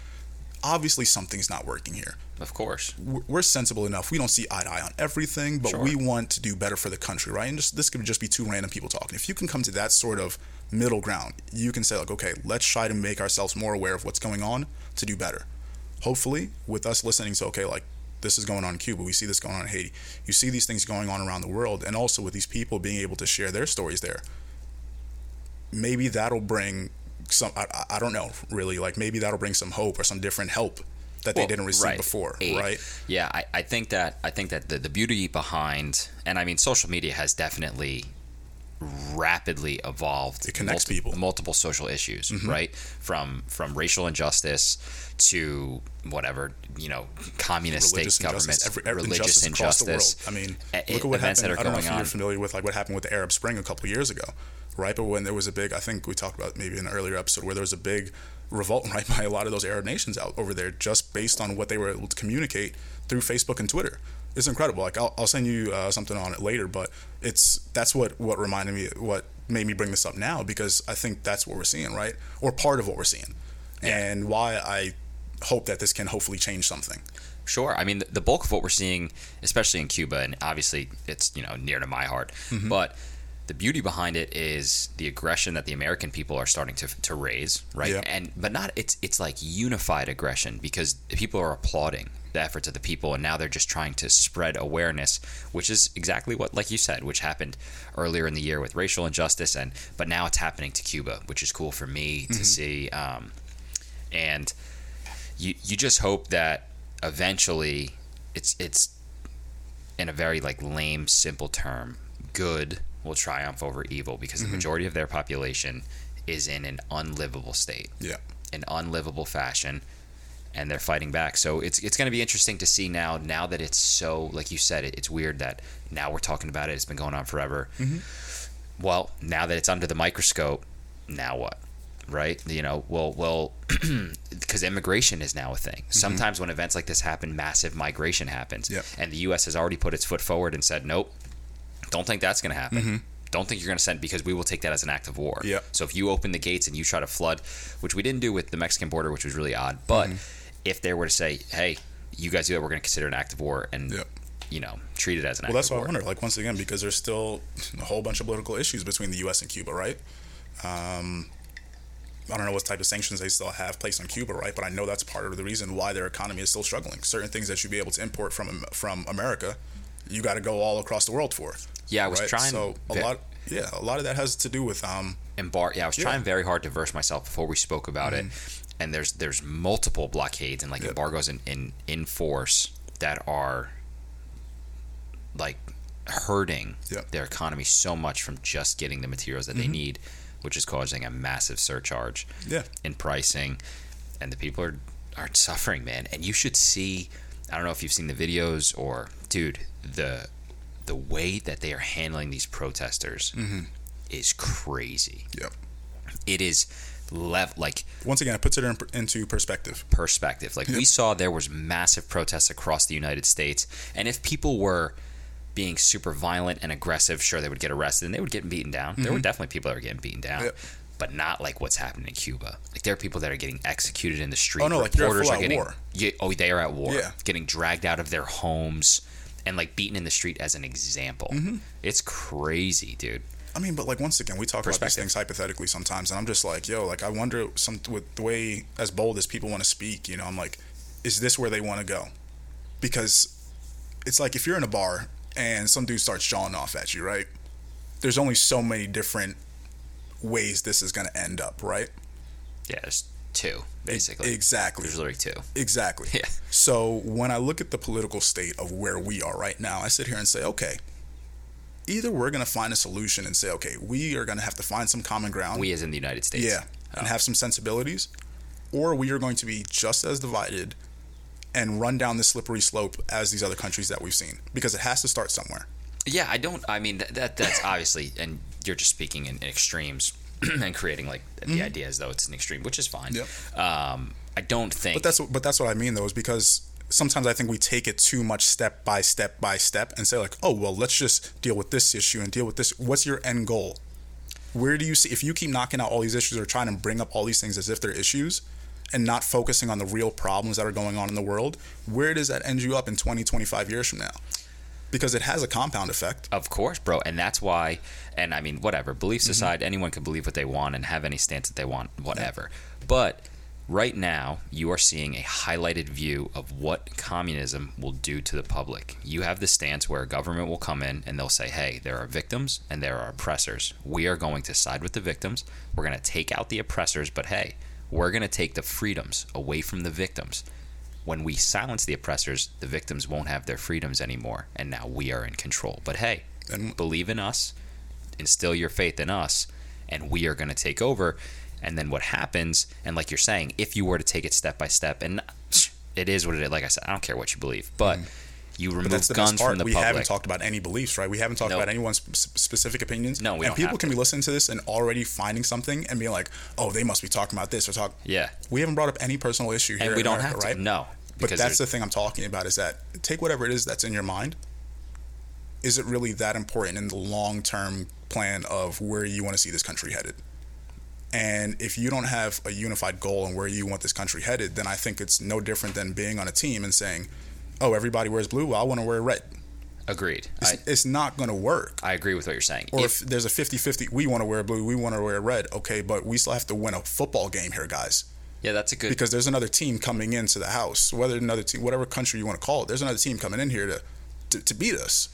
Speaker 2: Obviously something's not working here
Speaker 1: Of course,
Speaker 2: we're we're sensible enough. We don't see eye to eye on everything, but
Speaker 1: Sure.
Speaker 2: we want to do better for the country, right? And just this could just be two random people talking. If you can come to that sort of middle ground, you can say like, okay, let's try to make ourselves more aware of what's going on to do better. Hopefully, with us listening to okay, like this is going on in Cuba, we see this going on in Haiti, you see these things going on around the world, and also with these people being able to share their stories there. Maybe that'll bring some. I, I- I don't know really. Like maybe that'll bring some hope or some different help that they
Speaker 1: Well,
Speaker 2: didn't receive
Speaker 1: right.
Speaker 2: before,
Speaker 1: Aid.
Speaker 2: right?
Speaker 1: Yeah, I, I think that I think that the, the beauty behind and I mean social media has definitely rapidly evolved.
Speaker 2: It connects
Speaker 1: multi-
Speaker 2: people. Mm-hmm.
Speaker 1: Multiple social issues, right? From from racial injustice to whatever you know, communist
Speaker 2: religious
Speaker 1: state governments,
Speaker 2: injustice, every, every
Speaker 1: religious
Speaker 2: injustice,
Speaker 1: injustice.
Speaker 2: across the world. I mean,
Speaker 1: e-
Speaker 2: look at what
Speaker 1: events that
Speaker 2: happened. I
Speaker 1: are
Speaker 2: don't know
Speaker 1: going
Speaker 2: if you're
Speaker 1: on.
Speaker 2: familiar with like what happened with the Arab Spring a couple of years ago, right? But when there was a big, I think we talked about maybe in an earlier episode where there was a big revolt right by a lot of those Arab nations out over there just based on what they were able to communicate through Facebook and Twitter. It's incredible. Like I'll, I'll send you uh, something on it later, but it's that's what what reminded me what made me bring this up now because I think that's what we're seeing, right? Or part of what we're seeing, and why I hope that this can hopefully change something.
Speaker 1: Sure. I mean, the- the bulk of what we're seeing, especially in Cuba, and obviously it's you know near to my heart, but the beauty behind it is the aggression that the American people are starting to, to raise, right?
Speaker 2: Yeah.
Speaker 1: And but not it's it's like unified aggression because people are applauding the efforts of the people, and now they're just trying to spread awareness, which is exactly what, like you said, which happened earlier in the year with racial injustice, and but now it's happening to Cuba, which is cool for me to see. Um, and you you just hope that eventually it's it's in a very like lame simple term good will triumph over evil because the majority of their population is in an unlivable state
Speaker 2: Yeah.
Speaker 1: an unlivable fashion and they're fighting back so it's it's going to be interesting to see now now that it's so like you said it, it's weird that now we're talking about it it's been going on forever well, now that it's under the microscope, now what? Right? You know, well, well, because immigration is now a thing. Sometimes when events like this happen, massive migration happens,
Speaker 2: Yep.
Speaker 1: and the U.S. has already put its foot forward and said, nope, don't think that's going to happen.
Speaker 2: Mm-hmm.
Speaker 1: Don't think you're going to send because we will take that as an act of war.
Speaker 2: Yep.
Speaker 1: So if you open the gates and you try to flood, which we didn't do with the Mexican border, which was really odd, but if they were to say, hey, you guys do that, we're going to consider it an act of war and
Speaker 2: Yep.
Speaker 1: you know treat it as an
Speaker 2: Well,
Speaker 1: act
Speaker 2: that's
Speaker 1: of
Speaker 2: why I
Speaker 1: war.
Speaker 2: wonder. Like once again, because there's still a whole bunch of political issues between the U.S. and Cuba, right? Um, I don't know what type of sanctions they still have placed on Cuba, right? But I know that's part of the reason why their economy is still struggling. Certain things that you'd be able to import from from America, you got to go all across the world for.
Speaker 1: Yeah, I was trying-
Speaker 2: So a
Speaker 1: ve-
Speaker 2: lot, yeah, a lot of that has to do with um,
Speaker 1: and bar yeah i was trying very hard to verse myself before we spoke about it and there's there's multiple blockades and like
Speaker 2: Mm-hmm. Yep.
Speaker 1: embargoes in, in in force that are like hurting
Speaker 2: Yep. Mm-hmm.
Speaker 1: their economy so much from just getting the materials that they need which is causing a massive surcharge
Speaker 2: Yeah.
Speaker 1: in pricing and the people are are suffering man and you should see i don't know if you've seen the videos or dude the the way that they are handling these protesters is crazy
Speaker 2: yeah.
Speaker 1: it is left like
Speaker 2: Once again, it puts it in, into perspective.
Speaker 1: perspective like we saw there was massive protests across the united states and if people were being super violent and aggressive sure they would get arrested and they would get beaten down there
Speaker 2: Mm-hmm.
Speaker 1: were definitely people that were getting beaten down
Speaker 2: Yep.
Speaker 1: but not like what's happening in cuba like there are people that are getting executed in the street
Speaker 2: Oh, no, like, you're at full-out
Speaker 1: getting
Speaker 2: war.
Speaker 1: Yeah, oh they are at war
Speaker 2: Yeah.
Speaker 1: getting dragged out of their homes and like beaten in the street as an example
Speaker 2: Mm-hmm.
Speaker 1: it's crazy dude
Speaker 2: I mean, but like once again, we talk about these
Speaker 1: Perspective.
Speaker 2: things hypothetically sometimes, and I'm just like, yo, like I wonder some with the way as bold as people want to speak, you know, I'm like, is this where they want to go? Because it's like if you're in a bar and some dude starts jawing off at you, right? There's only so many different ways this is gonna end up, right?
Speaker 1: yeah there's two basically
Speaker 2: Exactly.
Speaker 1: there's literally two
Speaker 2: Exactly.
Speaker 1: Yeah.
Speaker 2: So when I look at the political state of where we are right now, I sit here and say, okay, either we're going to find a solution and say, okay, we are going to have to find some common ground.
Speaker 1: we as in the united states
Speaker 2: yeah. And have some sensibilities, or we are going to be just as divided and run down the slippery slope as these other countries that we've seen because it has to start somewhere.
Speaker 1: Yeah, I don't. I mean, that, that that's obviously, and you're just speaking in, in extremes and creating like the idea as though it's an extreme, which is fine.
Speaker 2: Mm-hmm. Yep.
Speaker 1: Um, I don't think.
Speaker 2: But that's but that's what I mean though, is because sometimes I think we take it too much step by step by step and say like, oh well, let's just deal with this issue and deal with this. What's your end goal? Where do you see if you keep knocking out all these issues or trying to bring up all these things as if they're issues and not focusing on the real problems that are going on in the world, where does that end you up in 20, 25 years from now? Because it has a compound effect.
Speaker 1: Of course, bro, and that's why. And I mean, whatever beliefs aside, anyone can believe what they want and have any stance that they want, whatever. But right now, you are seeing a highlighted view of what communism will do to the public. You have the stance where a government will come in and they'll say, "Hey, there are victims and there are oppressors. We are going to side with the victims. We're going to take out the oppressors, but hey, we're going to take the freedoms away from the victims." when we silence the oppressors, the victims won't have their freedoms anymore, and now we are in control. But hey,
Speaker 2: And-
Speaker 1: believe in us, instill your faith in us, and we are going to take over. And then what happens? And like you're saying, if you were to take it step by step, and it is what it is. Like I said, I don't care what you believe, but you remove
Speaker 2: Mm. But that's the
Speaker 1: guns
Speaker 2: best part.
Speaker 1: from the
Speaker 2: we
Speaker 1: public.
Speaker 2: haven't talked about any beliefs, right? We haven't talked
Speaker 1: No.
Speaker 2: about anyone's sp- specific opinions.
Speaker 1: No, we
Speaker 2: and
Speaker 1: don't
Speaker 2: people
Speaker 1: have
Speaker 2: can be listening to this and already finding something and being like, "Oh, they must be talking about this or talk."
Speaker 1: Yeah.
Speaker 2: we haven't brought up any personal issue here.
Speaker 1: and
Speaker 2: in
Speaker 1: we don't
Speaker 2: America,
Speaker 1: have to.
Speaker 2: right?
Speaker 1: No,
Speaker 2: but
Speaker 1: because
Speaker 2: that's the
Speaker 1: there's-
Speaker 2: thing I'm talking about is that take whatever it is that's in your mind. Is it really that important in the long term plan of where you want to see this country headed? And if you don't have a unified goal on where you want this country headed, then I think it's no different than being on a team and saying, "Oh, everybody wears blue. Well, I want to wear red."
Speaker 1: agreed.
Speaker 2: It's,
Speaker 1: I,
Speaker 2: it's not going to work.
Speaker 1: I agree with what you're saying.
Speaker 2: Or
Speaker 1: If-
Speaker 2: if, there's a 50 50, we want to wear blue, we want to wear red. Okay, but we still have to win a football game here, guys,
Speaker 1: yeah, that's a good.
Speaker 2: because there's another team coming into the house, whether another team, whatever country you want to call it, there's another team coming in here to, to, to beat us.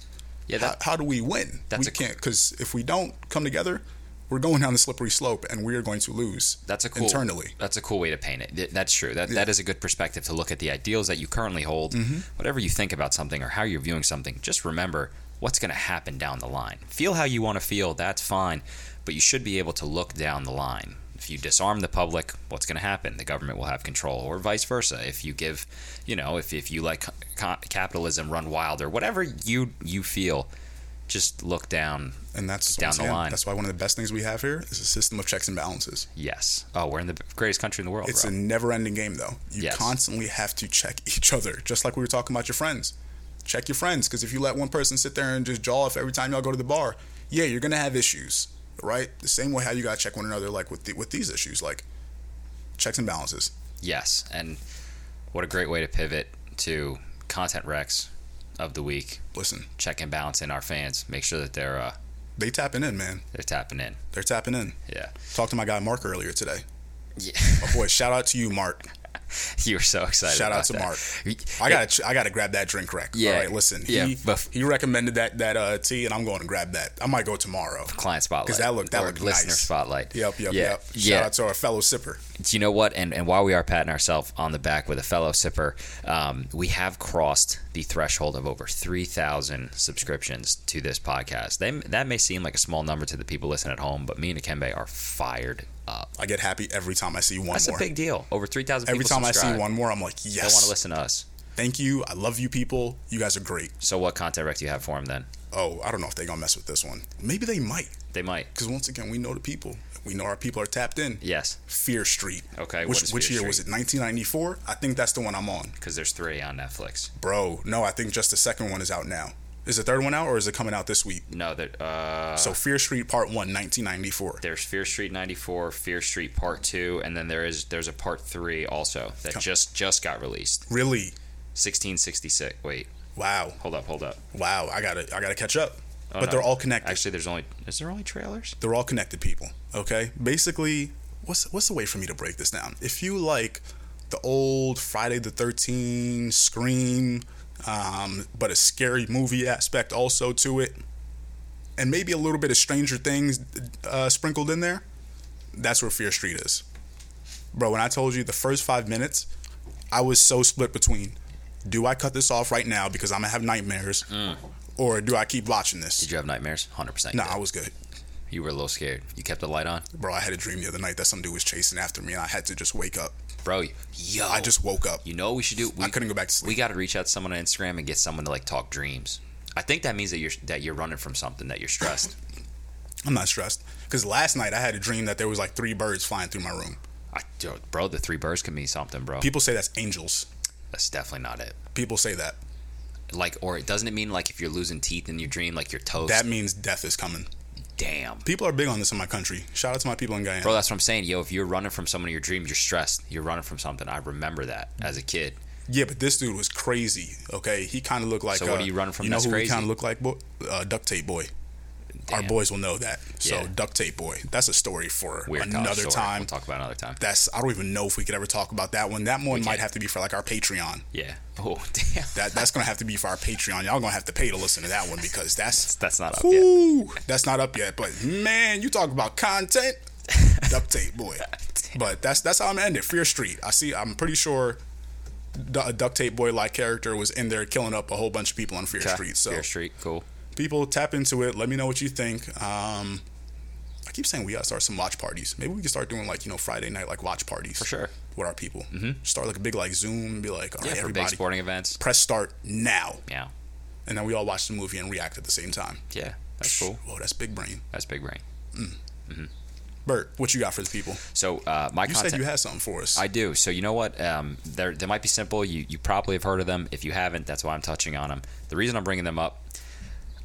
Speaker 1: yeah, that,
Speaker 2: how, how do we win?
Speaker 1: That's
Speaker 2: we
Speaker 1: a-
Speaker 2: can't, because if we don't come together, we're going down the slippery slope and we're going to lose
Speaker 1: That's a cool
Speaker 2: internally.
Speaker 1: That's a cool way to paint it. Th- That's true. That that is a good perspective to look at the ideals that you currently hold. Whatever you think about something or how you're viewing something, just remember what's going to happen down the line. Feel how you want to feel. That's fine, but you should be able to look down the line. If you disarm the public, what's going to happen? The government will have control, or vice versa. If you give, you know, if, if you let co- co- capitalism run wild, or whatever you you feel, just look down.
Speaker 2: And that's
Speaker 1: Down
Speaker 2: once
Speaker 1: the
Speaker 2: again,
Speaker 1: line.
Speaker 2: That's why one of the best things we have here is a system of checks and balances.
Speaker 1: Yes. Oh, we're in the greatest country in the world,
Speaker 2: It's
Speaker 1: bro.
Speaker 2: a never-ending game, though. You
Speaker 1: Yes.
Speaker 2: constantly have to check each other, just like we were talking about your friends. Check your friends, because if you let one person sit there and just jaw off every time y'all go to the bar, yeah, you're gonna have issues, right? The same way how you gotta check one another, like with the, with these issues, like checks and balances.
Speaker 1: Yes, and what a great way to pivot to content recs of the week.
Speaker 2: Listen,
Speaker 1: Check and balance in our fans. Make sure that they're uh,
Speaker 2: they tapping in, man.
Speaker 1: they're tapping in.
Speaker 2: They're tapping in.
Speaker 1: Yeah,
Speaker 2: Talked to my guy Mark earlier today.
Speaker 1: yeah.
Speaker 2: My boy, shout out to you, Mark.
Speaker 1: you were so excited.
Speaker 2: Shout out
Speaker 1: about
Speaker 2: to
Speaker 1: that.
Speaker 2: Mark.
Speaker 1: Y-
Speaker 2: I gotta, ch- I gotta grab that drink rack.
Speaker 1: Yeah.
Speaker 2: All right, listen.
Speaker 1: Yeah,
Speaker 2: He,
Speaker 1: bef-
Speaker 2: he recommended that that uh, tea, and I'm going to grab that. I might go tomorrow.
Speaker 1: Client spotlight.
Speaker 2: 'Cause that looked- that
Speaker 1: or
Speaker 2: looked
Speaker 1: listener
Speaker 2: nice.
Speaker 1: spotlight.
Speaker 2: Yep, yep,
Speaker 1: yeah.
Speaker 2: yep. Shout
Speaker 1: yeah.
Speaker 2: out to our fellow sipper.
Speaker 1: Do you know what? And and while we are patting ourselves on the back with a fellow sipper, um, we have crossed the threshold of over three thousand subscriptions to this podcast. They, that may seem like a small number to the people listening at home, but me and Akembe are fired up.
Speaker 2: I get happy every time I see one
Speaker 1: That's
Speaker 2: more.
Speaker 1: a big deal. Over three thousand.
Speaker 2: every time I see one more, I'm like,
Speaker 1: they want to
Speaker 2: yes,
Speaker 1: listen to us.
Speaker 2: thank you. I love you, people. You guys are great.
Speaker 1: So what content rec do you have for them then?
Speaker 2: Oh, I don't know if they gonna mess with this one. Maybe they might,
Speaker 1: They might.
Speaker 2: because once again, we know the people. We know our people are tapped in.
Speaker 1: Yes,
Speaker 2: Fear Street.
Speaker 1: Oh, Okay,
Speaker 2: Which
Speaker 1: what is
Speaker 2: which
Speaker 1: Fear
Speaker 2: year was it?
Speaker 1: Street?
Speaker 2: 1994. I think that's the one I'm on,
Speaker 1: because there's three on Netflix.
Speaker 2: bro. No, I think just the second one is out now. Is the third one out or is it coming out this week?
Speaker 1: No, that uh,
Speaker 2: So Fear Street Part One, 1994.
Speaker 1: there's Fear Street '94, Fear Street Part Two, and then there is there's a Part Three also that just just got released.
Speaker 2: Really?
Speaker 1: 1666. Wait,
Speaker 2: Wow,
Speaker 1: hold up, hold up.
Speaker 2: wow. I gotta I gotta catch up.
Speaker 1: Oh,
Speaker 2: but
Speaker 1: no.
Speaker 2: they're all connected.
Speaker 1: Actually, there's only is there only trailers?
Speaker 2: they're all connected people. Okay, basically, what's what's the way for me to break this down? If you like the old Friday the Thirteenth Scream, um, but a scary movie aspect also to it, and maybe a little bit of Stranger Things uh, sprinkled in there, that's where Fear Street is, bro. When I told you the first five minutes, I was so split between. Do I cut this off right now because I'm gonna have nightmares, or do I keep watching this?
Speaker 1: Mm. Did you have nightmares? 100. percent
Speaker 2: Nah, I was good.
Speaker 1: You were a little scared. You kept the light on,
Speaker 2: Bro, I had a dream the other night that some dude was chasing after me, and I had to just wake up.
Speaker 1: bro. Yo,
Speaker 2: I just woke up.
Speaker 1: You know what we should do. We,
Speaker 2: I couldn't go back to sleep.
Speaker 1: We got to reach out to someone on Instagram and get someone to like talk dreams. I think that means that you're that you're running from something that you're stressed.
Speaker 2: I'm not stressed because last night I had a dream that there was like three birds flying through my room.
Speaker 1: I, dude, bro, the three birds can mean something, bro.
Speaker 2: People say that's angels.
Speaker 1: That's definitely not it.
Speaker 2: People say that.
Speaker 1: Like, or doesn't it mean like if you're losing teeth in your dream, like your toast?
Speaker 2: That means death is coming.
Speaker 1: Damn,
Speaker 2: People are big on this in my country. Shout out to my people in Guyana.
Speaker 1: bro, that's what I'm saying. Yo, if you're running from someone in your dream, you're stressed. You're running from something. I remember that as a kid.
Speaker 2: Yeah, but this dude was crazy. Okay, he kind of looked like.
Speaker 1: So what
Speaker 2: uh,
Speaker 1: are you running from
Speaker 2: You know
Speaker 1: that's
Speaker 2: who he
Speaker 1: crazy?
Speaker 2: kind of looked like? Boy, uh, duct tape boy. Our
Speaker 1: Damn.
Speaker 2: boys will know that. So
Speaker 1: Yeah.
Speaker 2: duct tape boy. That's a story for
Speaker 1: Weird college
Speaker 2: another
Speaker 1: story.
Speaker 2: time.
Speaker 1: We'll talk about it another time.
Speaker 2: that's I don't even know if we could ever talk about that one. That one might
Speaker 1: can't.
Speaker 2: have to be for like our Patreon.
Speaker 1: yeah. Oh damn.
Speaker 2: That that's gonna have to be for our Patreon. Y'all gonna have to pay to listen to that one because that's
Speaker 1: That's not up yet.
Speaker 2: whoo, that's not up yet. But man, you talk about content, duct tape boy. But that's that's how I'm gonna end it. Fear Street. I see. I'm pretty sure du- a duct tape boy like character was in there killing up a whole bunch of people on Fear
Speaker 1: Okay.
Speaker 2: Street. So
Speaker 1: Fear Street, cool.
Speaker 2: people tap into it. Let me know what you think. Um, I keep saying we gotta start some watch parties. Maybe we can start doing like you know Friday night like watch parties for
Speaker 1: sure.
Speaker 2: with our people. Mm-hmm. Start like a big like Zoom and be like, all right,
Speaker 1: Yeah, for big
Speaker 2: everybody,
Speaker 1: sporting events.
Speaker 2: press start now,
Speaker 1: Yeah.
Speaker 2: and then we all watch the movie and react at the same time.
Speaker 1: Yeah. That's cool.
Speaker 2: Whoa, that's big brain.
Speaker 1: That's big brain.
Speaker 2: Bert, what you got for the people?
Speaker 1: So uh, my
Speaker 2: You
Speaker 1: content.
Speaker 2: said you had something for us.
Speaker 1: I do. So you know what? Um, they're, they might be simple. You you probably have heard of them. If you haven't, that's why I'm touching on them. The reason I'm bringing them up.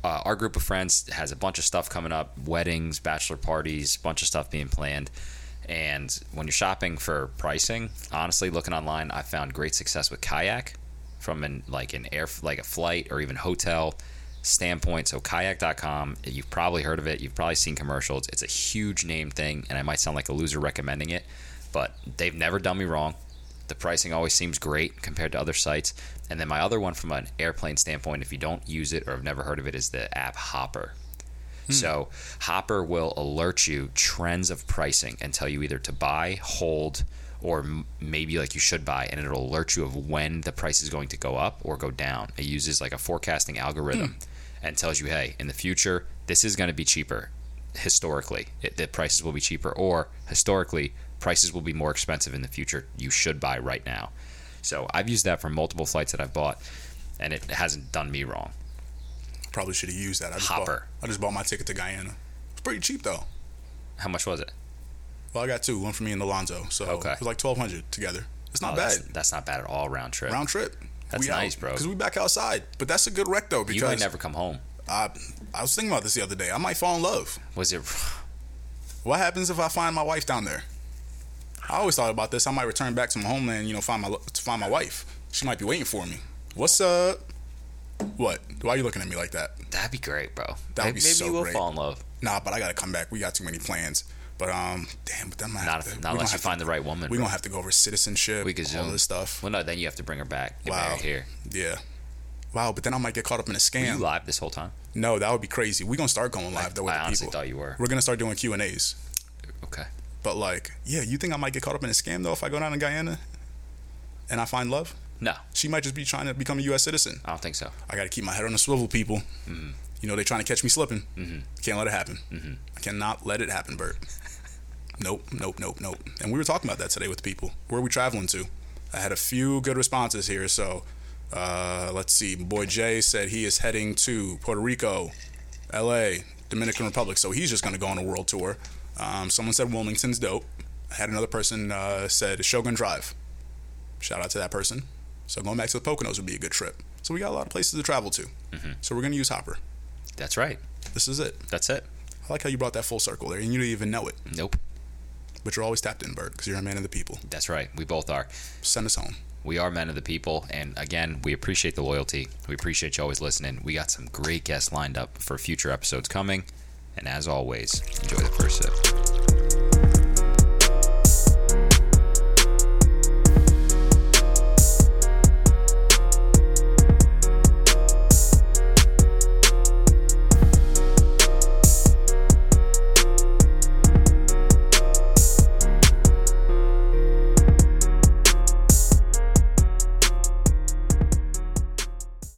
Speaker 1: Uh, our group of friends has a bunch of stuff coming up: weddings, bachelor parties, bunch of stuff being planned. And when you're shopping for pricing, honestly, looking online, I found great success with kayak from an like an air like a flight or even hotel standpoint. So kayak.com, you've probably heard of it. You've probably seen commercials. It's a huge name thing, and I might sound like a loser recommending it, but they've never done me wrong. The pricing always seems great compared to other sites. And then my other one from an airplane standpoint, if you don't use it or have never heard of it, is the app Hopper. So Hopper will alert you trends of pricing and tell you either to buy, hold, or m- maybe like you should buy, and it'll alert you of when the price is going to go up or go down. It uses like a forecasting algorithm and tells you, hey, in the future, this is going to be cheaper. Historically, it, the prices will be cheaper, or historically, prices will be more expensive in the future. You should buy right now. So I've used that for multiple flights that I've bought, and it hasn't done me wrong.
Speaker 2: Probably should have used that. I just
Speaker 1: Hopper.
Speaker 2: Bought, I just bought my ticket to Guyana. It's pretty cheap though.
Speaker 1: How much was it?
Speaker 2: Well, I got two, one for me and Alonzo. So
Speaker 1: Okay.
Speaker 2: it was like twelve hundred together. It's not
Speaker 1: Oh,
Speaker 2: bad.
Speaker 1: That's, that's not bad at all. Round trip.
Speaker 2: Round trip.
Speaker 1: That's nice, bro.
Speaker 2: Because we back outside. But that's a good wreck though. Because
Speaker 1: you might never come home.
Speaker 2: I, I was thinking about this the other day. I might fall in love.
Speaker 1: Was it?
Speaker 2: What happens if I find my wife down there? I always thought about this. I might return back to my homeland. You know, find my lo- to find my wife. She might be waiting for me. What's up? What? Why are you looking at me like that?
Speaker 1: That'd be great, bro.
Speaker 2: That'd
Speaker 1: maybe
Speaker 2: be
Speaker 1: maybe
Speaker 2: so
Speaker 1: you will
Speaker 2: great.
Speaker 1: fall in love.
Speaker 2: Nah, but I gotta come back. We got too many plans. But um, damn, but that might
Speaker 1: Not
Speaker 2: have
Speaker 1: if,
Speaker 2: to,
Speaker 1: not
Speaker 2: we gonna
Speaker 1: unless you
Speaker 2: have to-
Speaker 1: find the right woman.
Speaker 2: We
Speaker 1: bro.
Speaker 2: gonna have to go over citizenship.
Speaker 1: We could zoom
Speaker 2: all this stuff.
Speaker 1: Well, no, then you have to bring her back. Get married here.
Speaker 2: Yeah. Wow, but then I might get caught up in a
Speaker 1: Were you
Speaker 2: scam.
Speaker 1: live this whole time?
Speaker 2: No, that would be crazy. We gonna start going live though with
Speaker 1: I
Speaker 2: the
Speaker 1: honestly
Speaker 2: people.
Speaker 1: thought you were.
Speaker 2: We're gonna start doing Q and A's.
Speaker 1: Okay.
Speaker 2: But like, yeah, you think I might get caught up in a scam though if I go down to Guyana and I find love?
Speaker 1: No,
Speaker 2: She might just be trying to become a U.S. citizen.
Speaker 1: I don't think so.
Speaker 2: I got to keep my head on the swivel, people. You know, they trying to catch me slipping. Can't let it happen. I cannot let it happen, Bert. nope, nope, nope, nope. And we were talking about that today with people. Where are we traveling to? I had a few good responses here. So uh, let's see. Boy Jay said he is heading to Puerto Rico, L.A., Dominican Republic. So he's just going to go on a world tour. Um, someone said Wilmington's dope. I had another person uh, said Shogun Drive. Shout out to that person. So going back to the Poconos would be a good trip. So we got a lot of places to travel to. So we're going to use Hopper.
Speaker 1: That's right.
Speaker 2: This is it.
Speaker 1: That's it.
Speaker 2: I like how you brought that full circle there, and you didn't even know it.
Speaker 1: Nope.
Speaker 2: But you're always tapped in, Bert, because you're a man of the people.
Speaker 1: That's right. We both are.
Speaker 2: Send us home.
Speaker 1: We are men of the people, and again, we appreciate the loyalty. We appreciate you always listening. We got some great guests lined up for future episodes coming, and as always, enjoy the first sip.